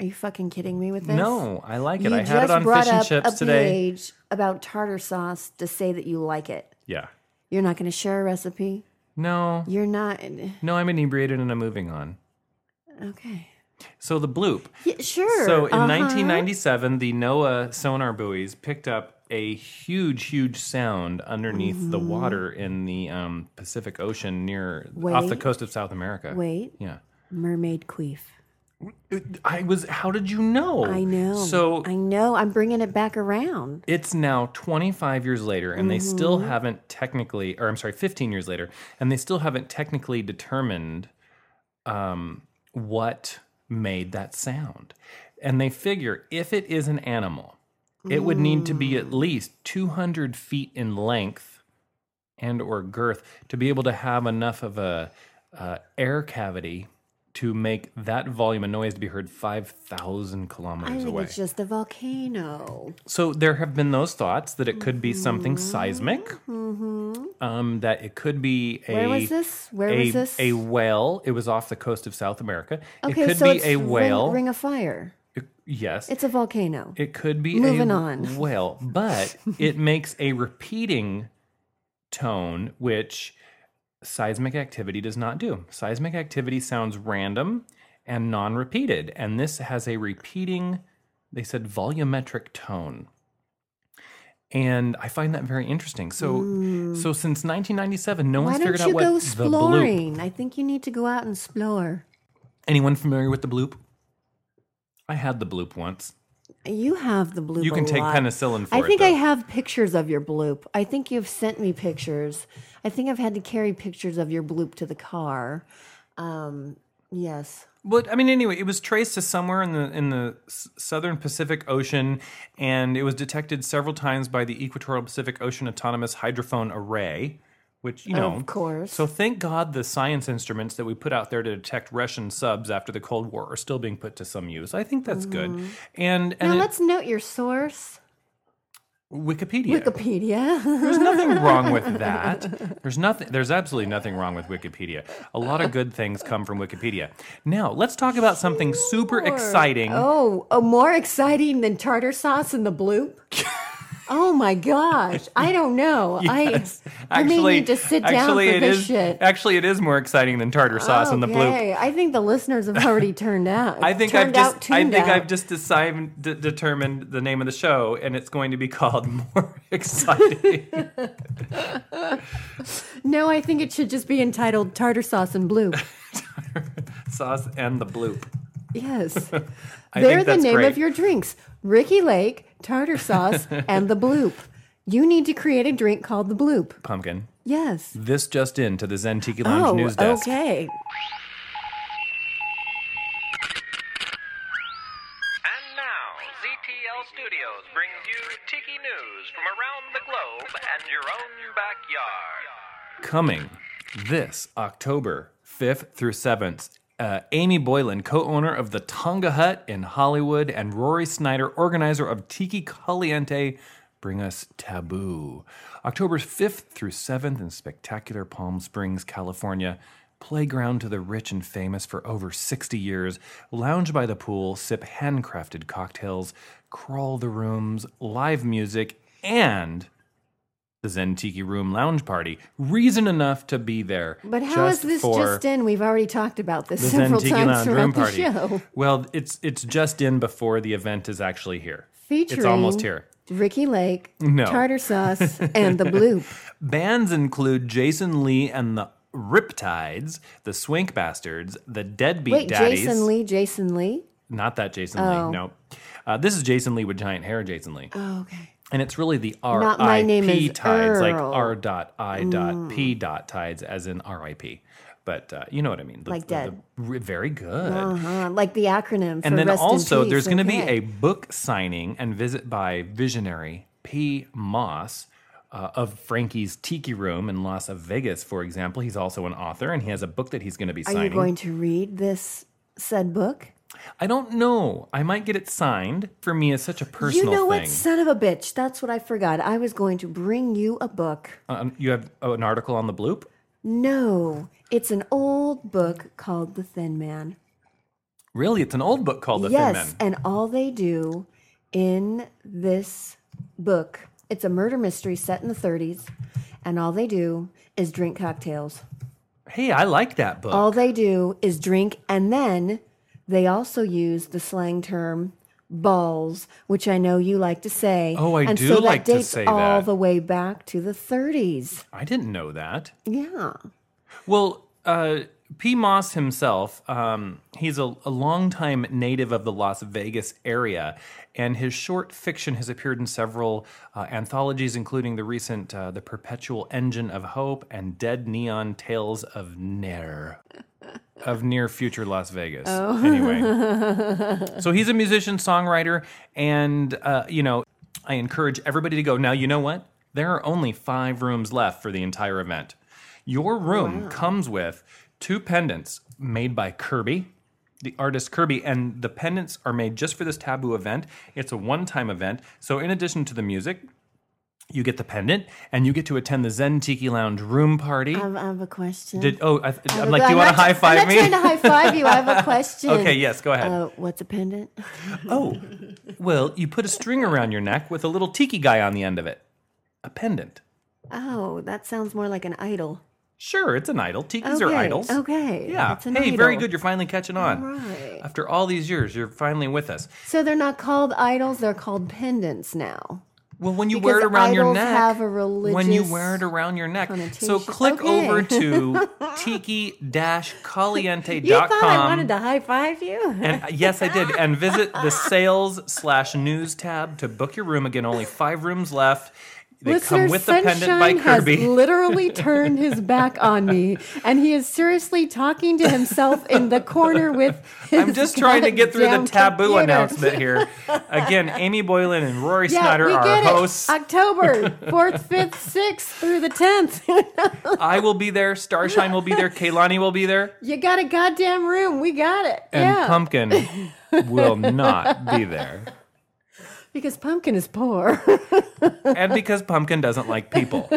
Speaker 2: Are you fucking kidding me with this?
Speaker 1: No, I like it.
Speaker 2: You
Speaker 1: I had it
Speaker 2: just
Speaker 1: on
Speaker 2: brought
Speaker 1: fish and
Speaker 2: up
Speaker 1: chips
Speaker 2: a
Speaker 1: today.
Speaker 2: Page about tartar sauce to say that you like it.
Speaker 1: Yeah.
Speaker 2: You're not going to share a recipe.
Speaker 1: No,
Speaker 2: You're not.
Speaker 1: no, I'm inebriated and I'm moving on.
Speaker 2: Okay.
Speaker 1: So the bloop.
Speaker 2: Yeah, sure.
Speaker 1: So in
Speaker 2: uh-huh.
Speaker 1: 1997, the NOAA sonar buoys picked up a huge, huge sound underneath the
Speaker 2: Mm-hmm.
Speaker 1: water in the um, Pacific Ocean near off the
Speaker 2: Wait.
Speaker 1: coast of South America.
Speaker 2: Wait,
Speaker 1: Yeah.
Speaker 2: mermaid queef.
Speaker 1: I was. How did you know?
Speaker 2: I know.
Speaker 1: Oh, So
Speaker 2: I know. I'm bringing it back around.
Speaker 1: it's now 25 years later and they still
Speaker 2: Mm-hmm.
Speaker 1: haven't technically or i'm sorry 15 years later and they still haven't technically determined um, what made that sound and they figure if it is an animal it would need to
Speaker 2: Mm.
Speaker 1: be at least 200 feet in length and or girth to be able to have enough of a uh, air cavity to make that volume of noise to be heard 5000
Speaker 2: I
Speaker 1: kilometers
Speaker 2: think
Speaker 1: away
Speaker 2: it's just a volcano.
Speaker 1: so there have been those thoughts that it could be something seismic, um, that it could be a
Speaker 2: Mm-hmm. Where was this? Where
Speaker 1: a,
Speaker 2: was this?
Speaker 1: a whale. It was off the coast of South America.
Speaker 2: okay,
Speaker 1: it could
Speaker 2: so
Speaker 1: be
Speaker 2: it's
Speaker 1: a
Speaker 2: ring-
Speaker 1: whale.
Speaker 2: Ring, of fire.
Speaker 1: It- yes,
Speaker 2: It's a volcano.
Speaker 1: it could be
Speaker 2: Moving
Speaker 1: a
Speaker 2: on.
Speaker 1: whale, but it makes a repeating tone, which seismic activity does not do. Seismic activity sounds random and non repeated, and this has a repeating, they said, volumetric tone. And I find that very interesting. So, so since 1997, no
Speaker 2: Why
Speaker 1: one's figured
Speaker 2: don't
Speaker 1: out
Speaker 2: you
Speaker 1: what
Speaker 2: go
Speaker 1: the bloop.
Speaker 2: exploring? I think you need to go out and explore.
Speaker 1: Anyone familiar with the bloop? I had the bloop once.
Speaker 2: You have the bloop.
Speaker 1: You can
Speaker 2: a
Speaker 1: take
Speaker 2: lot.
Speaker 1: penicillin for
Speaker 2: I
Speaker 1: it,
Speaker 2: think I
Speaker 1: though.
Speaker 2: have pictures of your bloop. I think you've sent me pictures. I think I've had to carry pictures of your bloop to the car. Um, yes.
Speaker 1: But I mean, anyway, it was traced to somewhere in the in the s- southern Pacific Ocean, and it was detected several times by the Equatorial Pacific Ocean Autonomous Hydrophone Array, which you know,
Speaker 2: Of course.
Speaker 1: So thank God the science instruments that we put out there to detect Russian subs after the Cold War are still being put to some use. I think that's good. And and
Speaker 2: Mm-hmm. now
Speaker 1: it-
Speaker 2: let's note your source.
Speaker 1: Wikipedia.
Speaker 2: Wikipedia.
Speaker 1: There's nothing wrong with that. There's nothing. There's absolutely nothing wrong with Wikipedia. A lot of good things come from Wikipedia. Now let's talk about something super exciting.
Speaker 2: oh, oh, more exciting than tartar sauce and the bloop? oh my gosh. I don't know.
Speaker 1: Yes.
Speaker 2: I, I may need to sit down
Speaker 1: actually,
Speaker 2: for
Speaker 1: it
Speaker 2: this
Speaker 1: is-
Speaker 2: shit.
Speaker 1: Actually, it is more exciting than tartar sauce and the bloop.
Speaker 2: Okay, I think the listeners have already turned out.
Speaker 1: I think I've
Speaker 2: turned
Speaker 1: just
Speaker 2: out,
Speaker 1: I
Speaker 2: tuned
Speaker 1: think
Speaker 2: out.
Speaker 1: I've just decided, d- determined the name of the show, and it's going to be called More Exciting.
Speaker 2: No, I think it should just be entitled Tartar Sauce and Bloop.
Speaker 1: sauce and the bloop.
Speaker 2: Yes.
Speaker 1: I
Speaker 2: They're
Speaker 1: think
Speaker 2: the
Speaker 1: that's
Speaker 2: name
Speaker 1: great.
Speaker 2: of your drinks Ricky Lake, Tartar Sauce, and the Bloop. You need to create a drink called the Bloop.
Speaker 1: pumpkin.
Speaker 2: Yes.
Speaker 1: This just in to the Zen Tiki Lounge
Speaker 2: oh,
Speaker 1: news desk.
Speaker 2: okay.
Speaker 6: And now, ZTL Studios brings you Tiki News from around the globe and your own backyard.
Speaker 1: Coming this October 5th through 7th, uh, Amy Boylan, co owner of the Tonga Hut in Hollywood, and Rory Snyder, organizer of Tiki Caliente, bring us Taboo. October 5th through 7th in spectacular Palm Springs, California. Playground to the rich and famous for over 60 years, lounge by the pool, sip handcrafted cocktails, crawl the rooms, live music, and the Zen Tiki Room Lounge Party. Reason enough to be there.
Speaker 2: But how is this
Speaker 1: for
Speaker 2: just in? We've already talked about this
Speaker 1: The Zen
Speaker 2: several
Speaker 1: Tiki
Speaker 2: times
Speaker 1: Lounge Room
Speaker 2: throughout
Speaker 1: Party.
Speaker 2: the show.
Speaker 1: Well, it's it's just in before the event is actually here.
Speaker 2: Featuring
Speaker 1: it's almost here.
Speaker 2: Ricky Lake,
Speaker 1: No.
Speaker 2: Tartar Sauce, and the Bloop.
Speaker 1: Bands include Jason Lee and the Riptides, the Swink Bastards, the Deadbeat
Speaker 2: Wait,
Speaker 1: Daddies.
Speaker 2: Jason Lee, Oh. Jason Lee?
Speaker 1: Not that Jason Lee. No, uh, this is Jason Lee with giant hair. Jason Lee.
Speaker 2: Oh, okay.
Speaker 1: And it's really the R
Speaker 2: Not
Speaker 1: I
Speaker 2: my name
Speaker 1: P
Speaker 2: is
Speaker 1: tides, like
Speaker 2: Earl. Mm.
Speaker 1: R dot I dot P dot tides, as in R I P. But uh, you know what I mean. The-
Speaker 2: Like
Speaker 1: the-
Speaker 2: dead.
Speaker 1: the- re- very good.
Speaker 2: Uh-huh. Like the acronym for
Speaker 1: And then
Speaker 2: rest in
Speaker 1: also,
Speaker 2: peace.
Speaker 1: there's going to
Speaker 2: Okay.
Speaker 1: be a book signing and visit by visionary P. Moss. Uh, of Frankie's Tiki Room in Las Vegas, for example. He's also an author and he has a book that he's going to be
Speaker 2: Are you
Speaker 1: signing.
Speaker 2: going to read this said book?
Speaker 1: I don't know. I might get it signed. For me, it's such a personal
Speaker 2: you know
Speaker 1: thing.
Speaker 2: what, son of a bitch? That's what I forgot. I was going to bring you a book.
Speaker 1: Um, you have oh, an article on the bloop?
Speaker 2: No, it's an old book called The Thin Man.
Speaker 1: Really? It's an old book called The Thin
Speaker 2: yes,
Speaker 1: Men.
Speaker 2: and all they do in this book, it's a murder mystery set in the 30s, and all they do is drink cocktails.
Speaker 1: Hey, I like that book.
Speaker 2: All they do is drink, and then they also use the slang term balls, which I know you like to say.
Speaker 1: Oh, I
Speaker 2: and
Speaker 1: do
Speaker 2: so that
Speaker 1: like to
Speaker 2: dates
Speaker 1: say
Speaker 2: all
Speaker 1: that.
Speaker 2: the way back to the 30s.
Speaker 1: I didn't know that.
Speaker 2: Yeah.
Speaker 1: Well, uh, P. Moss himself, um, he's a, a longtime native of the Las Vegas area, and his short fiction has appeared in several uh, anthologies, including the recent uh, The Perpetual Engine of Hope and Dead Neon Tales of Nair. Of near future Las Vegas.
Speaker 2: Oh.
Speaker 1: Anyway. so he's a musician, songwriter, and, uh, you know, I encourage everybody to go. Now, you know what? There are only five rooms left for the entire event. Your room comes with two pendants made by Kirby, the artist Kirby, and the pendants are made just for this taboo event. It's a one time event. So, in addition to the music, you get the pendant and you get to attend the Zen Tiki Lounge room party.
Speaker 2: I have, I have a question.
Speaker 1: Did, oh, I, I'm
Speaker 2: But
Speaker 1: like, do you want to
Speaker 2: Um, not-
Speaker 1: high five
Speaker 2: I'm
Speaker 1: me?
Speaker 2: not trying to high five you. I have a question.
Speaker 1: okay, yes, go ahead.
Speaker 2: Uh, what's a pendant?
Speaker 1: Oh, well, you put a string around your neck with a little tiki guy on the end of it. A pendant.
Speaker 2: Oh, that sounds more like an idol.
Speaker 1: Sure, it's an idol. Tikis are
Speaker 2: Okay,
Speaker 1: idols.
Speaker 2: okay,
Speaker 1: Yeah.
Speaker 2: it's an
Speaker 1: hey, very
Speaker 2: idol.
Speaker 1: good. You're finally catching on.
Speaker 2: Right.
Speaker 1: After all these years, you're finally with us.
Speaker 2: So they're not called idols; they're called pendants now.
Speaker 1: Well, when you wear it
Speaker 2: Because
Speaker 1: around your
Speaker 2: idols
Speaker 1: neck,
Speaker 2: have a
Speaker 1: when you
Speaker 2: religious
Speaker 1: wear it around your neck. So
Speaker 2: connotation.
Speaker 1: click
Speaker 2: Okay.
Speaker 1: over to tiki-caliente.com.
Speaker 2: You thought I wanted to high five you?
Speaker 1: And uh, yes, I did. And visit the sales slash news tab to book your room again. Only five rooms left. They come
Speaker 2: Listener
Speaker 1: with the pendant by
Speaker 2: Sunshine
Speaker 1: Kirby.
Speaker 2: has literally turned his back on me, and he is seriously talking to himself in the corner with. His
Speaker 1: I'm just trying to get through the
Speaker 2: goddamn
Speaker 1: taboo
Speaker 2: computer.
Speaker 1: announcement here. Again, Amy Boylan and Rory
Speaker 2: Yeah,
Speaker 1: Snyder
Speaker 2: we
Speaker 1: are
Speaker 2: get
Speaker 1: our
Speaker 2: it.
Speaker 1: hosts.
Speaker 2: October fourth, fifth, sixth through the tenth.
Speaker 1: I will be there. Starshine will be there. Kaylani will be there.
Speaker 2: you got a goddamn room. We got it.
Speaker 1: And
Speaker 2: yeah,
Speaker 1: Pumpkin will not be there.
Speaker 2: because pumpkin is poor.
Speaker 1: And because Pumpkin doesn't like people,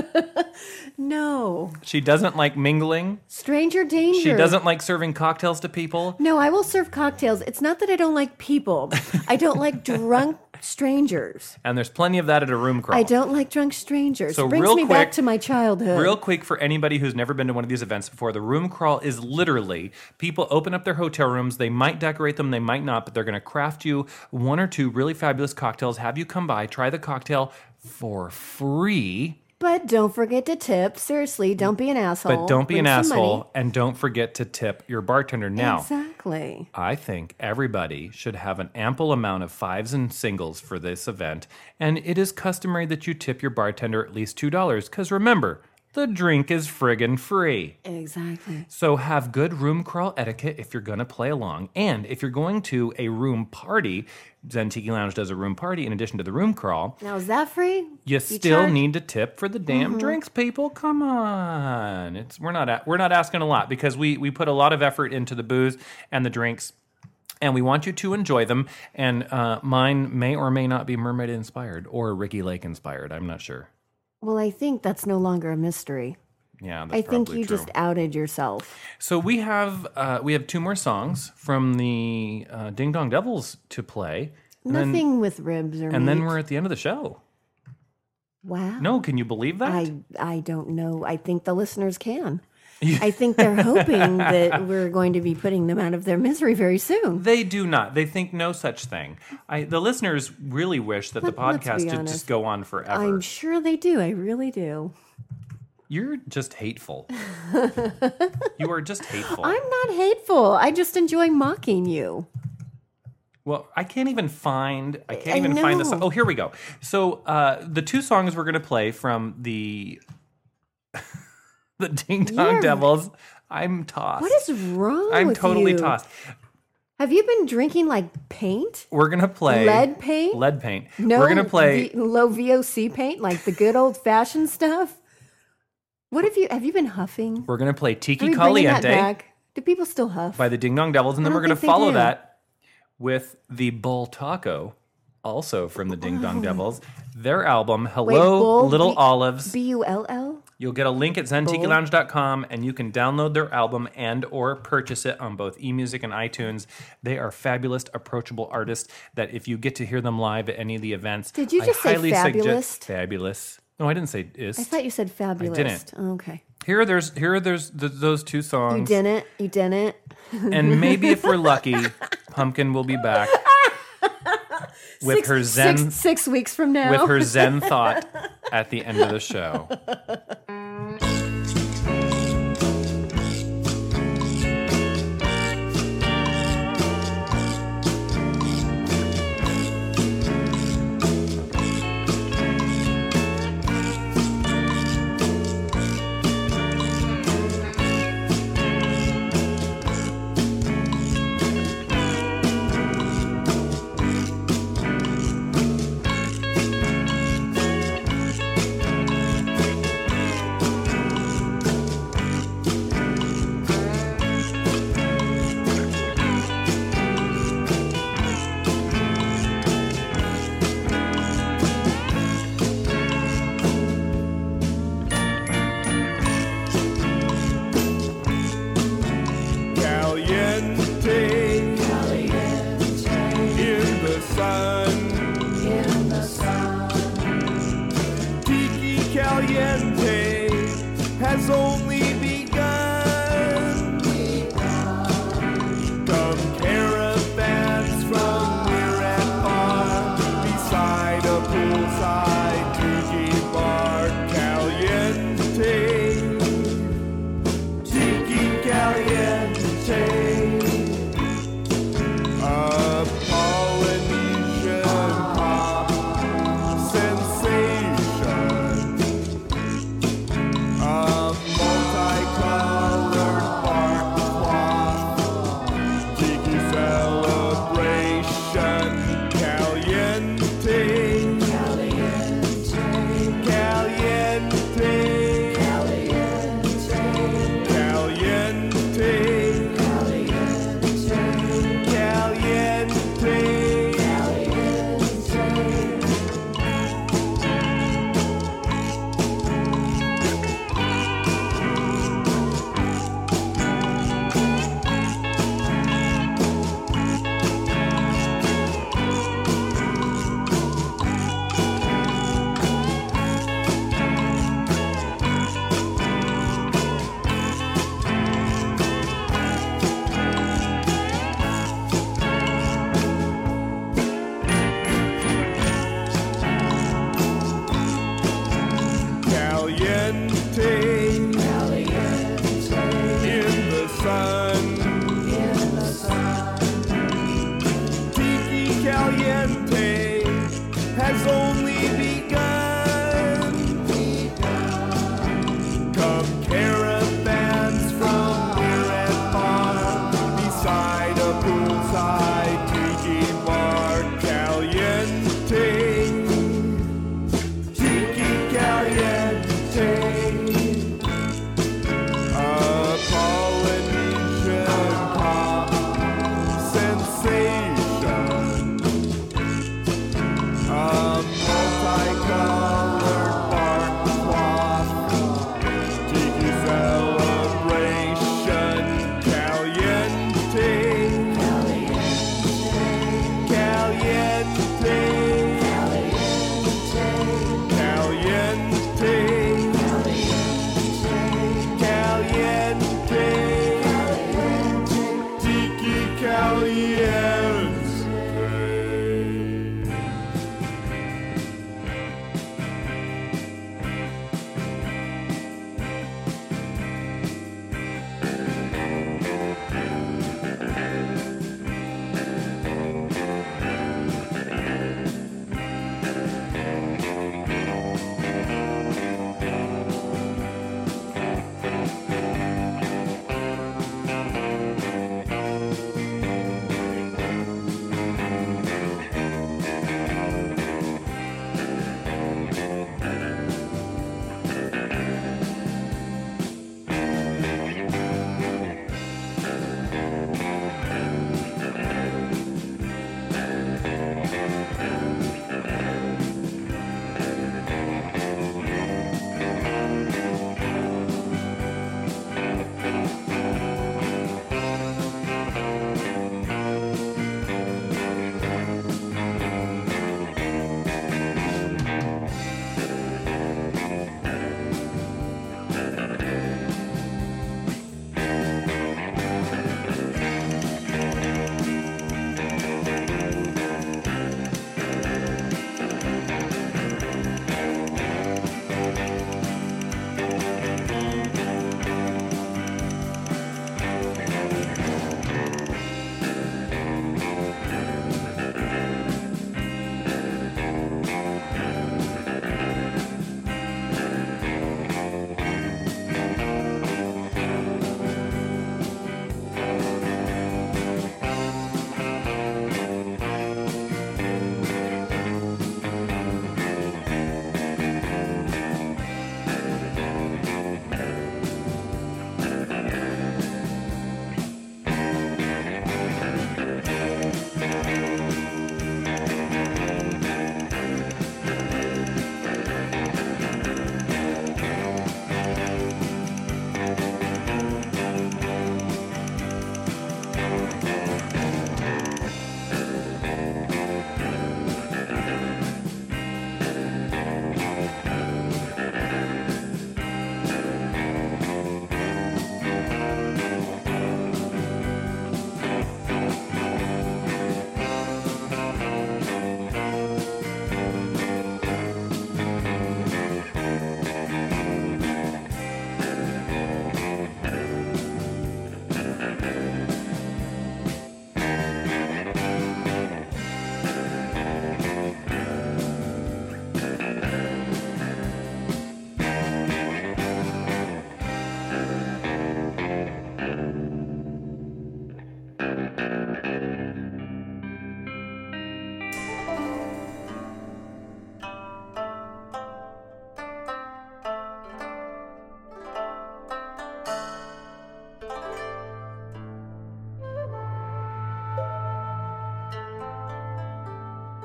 Speaker 2: no,
Speaker 1: she doesn't like mingling.
Speaker 2: stranger danger.
Speaker 1: She doesn't like serving cocktails to people.
Speaker 2: No, I will serve cocktails. It's not that I don't like people. I don't like drunk strangers.
Speaker 1: And there's plenty of that at a room crawl.
Speaker 2: I don't like drunk strangers.
Speaker 1: So
Speaker 2: it brings
Speaker 1: real
Speaker 2: me
Speaker 1: quick-
Speaker 2: back to my childhood.
Speaker 1: Real quick for anybody who's never been to one of these events before, the room crawl is literally people open up their hotel rooms. They might decorate them, they might not, but they're going to craft you one or two really fabulous cocktails. Have you come by, try the cocktail for free,
Speaker 2: but don't forget to tip. Seriously, don't be an asshole.
Speaker 1: but don't be
Speaker 2: Bring
Speaker 1: an
Speaker 2: some money.
Speaker 1: asshole and don't forget to tip your bartender. Now,
Speaker 2: Exactly.
Speaker 1: I think everybody should have an ample amount of fives and singles for this event, and it is customary that you tip your bartender at least $2 because remember, the drink is friggin' free.
Speaker 2: Exactly.
Speaker 1: So have good room crawl etiquette if you're gonna play along, and if you're going to a room party, Zen Tiki Lounge does a room party in addition to the room crawl.
Speaker 2: Now is that free?
Speaker 1: You, still
Speaker 2: charge- Mm-hmm.
Speaker 1: need to tip for the damn drinks, people. Come on, it's we're not a- we're not asking a lot because we we put a lot of effort into the booze and the drinks. And we want you to enjoy them. And uh, mine may or may not be mermaid inspired or Ricky Lake inspired. I'm not sure.
Speaker 2: Well, I think that's no longer a mystery.
Speaker 1: Yeah, that's
Speaker 2: I think
Speaker 1: probably
Speaker 2: you
Speaker 1: true.
Speaker 2: just outed yourself.
Speaker 1: So we have uh, we have two more songs from the uh, Ding Dong Devils to play, and then,
Speaker 2: Nothing with ribs or
Speaker 1: and then
Speaker 2: meat.
Speaker 1: we're at the end of the show.
Speaker 2: wow.
Speaker 1: No, can you believe that?
Speaker 2: I I don't know. I think the listeners can. I think they're hoping that we're going to be putting them out of their misery very soon.
Speaker 1: they do not. They think no such thing. I, the listeners really wish that the
Speaker 2: Let- let's
Speaker 1: podcast should
Speaker 2: be
Speaker 1: just
Speaker 2: honest.
Speaker 1: go on forever.
Speaker 2: I'm sure they do. I really do.
Speaker 1: You're just hateful. you are just hateful.
Speaker 2: I'm not hateful. I just enjoy mocking you.
Speaker 1: Well, I can't even find. I can't
Speaker 2: I
Speaker 1: even find this.
Speaker 2: know.
Speaker 1: Oh, here we go. So uh, the two songs we're going to play from the the Ding Dong
Speaker 2: You're-
Speaker 1: Devils. I'm tossed.
Speaker 2: What is wrong
Speaker 1: I'm
Speaker 2: with
Speaker 1: totally
Speaker 2: you?
Speaker 1: tossed.
Speaker 2: Have you been drinking like paint?
Speaker 1: We're gonna play
Speaker 2: Lead paint?
Speaker 1: Lead paint.
Speaker 2: No,
Speaker 1: we're gonna play.
Speaker 2: V- low VOC paint, like the good old fashioned stuff. What have you? Have you been huffing?
Speaker 1: we're gonna play Tiki
Speaker 2: Are we bringing that
Speaker 1: Caliente
Speaker 2: back? Do people still huff?
Speaker 1: by the Ding Dong Devils, and then
Speaker 2: I
Speaker 1: we're
Speaker 2: don't
Speaker 1: gonna
Speaker 2: think they
Speaker 1: follow
Speaker 2: do.
Speaker 1: that with the Bull Taco, also from the Ding Dong Devils. Their album, Hello
Speaker 2: Oh. Bull,
Speaker 1: Little
Speaker 2: B-
Speaker 1: Olives.
Speaker 2: B U L L.
Speaker 1: You'll get a link at zentikilounge.com and you can download their album and or purchase it on both eMusic and iTunes. They are fabulous, approachable artists that if you get to hear them live at any of the events,
Speaker 2: Did you
Speaker 1: I
Speaker 2: just say
Speaker 1: highly suggest-
Speaker 2: fabulous?
Speaker 1: fabulous. No, I didn't say is.
Speaker 2: I thought you said fabulous.
Speaker 1: didn't.
Speaker 2: Okay.
Speaker 1: here there's here there's th- those two
Speaker 2: You
Speaker 1: songs
Speaker 2: didn't. You didn't.
Speaker 1: and maybe if we're lucky, Pumpkin will be back with
Speaker 2: Six-
Speaker 1: her zen
Speaker 2: Six, six weeks from now.
Speaker 1: with her zen thought at the end of the show.
Speaker 7: only begun. Come caravans from near and far, beside a poolside tiki bar, caliente, tiki caliente. A Polynesian pop sensation. A multicolor.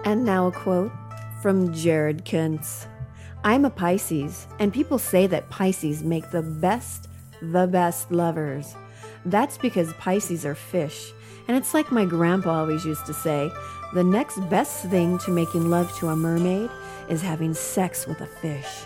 Speaker 2: And now a quote from Jared Kintz I'm a Pisces, and people say that Pisces make the best, the best lovers. That's because Pisces are fish. And it's like my grandpa always used to say the next best thing to making love to a mermaid is having sex with a fish.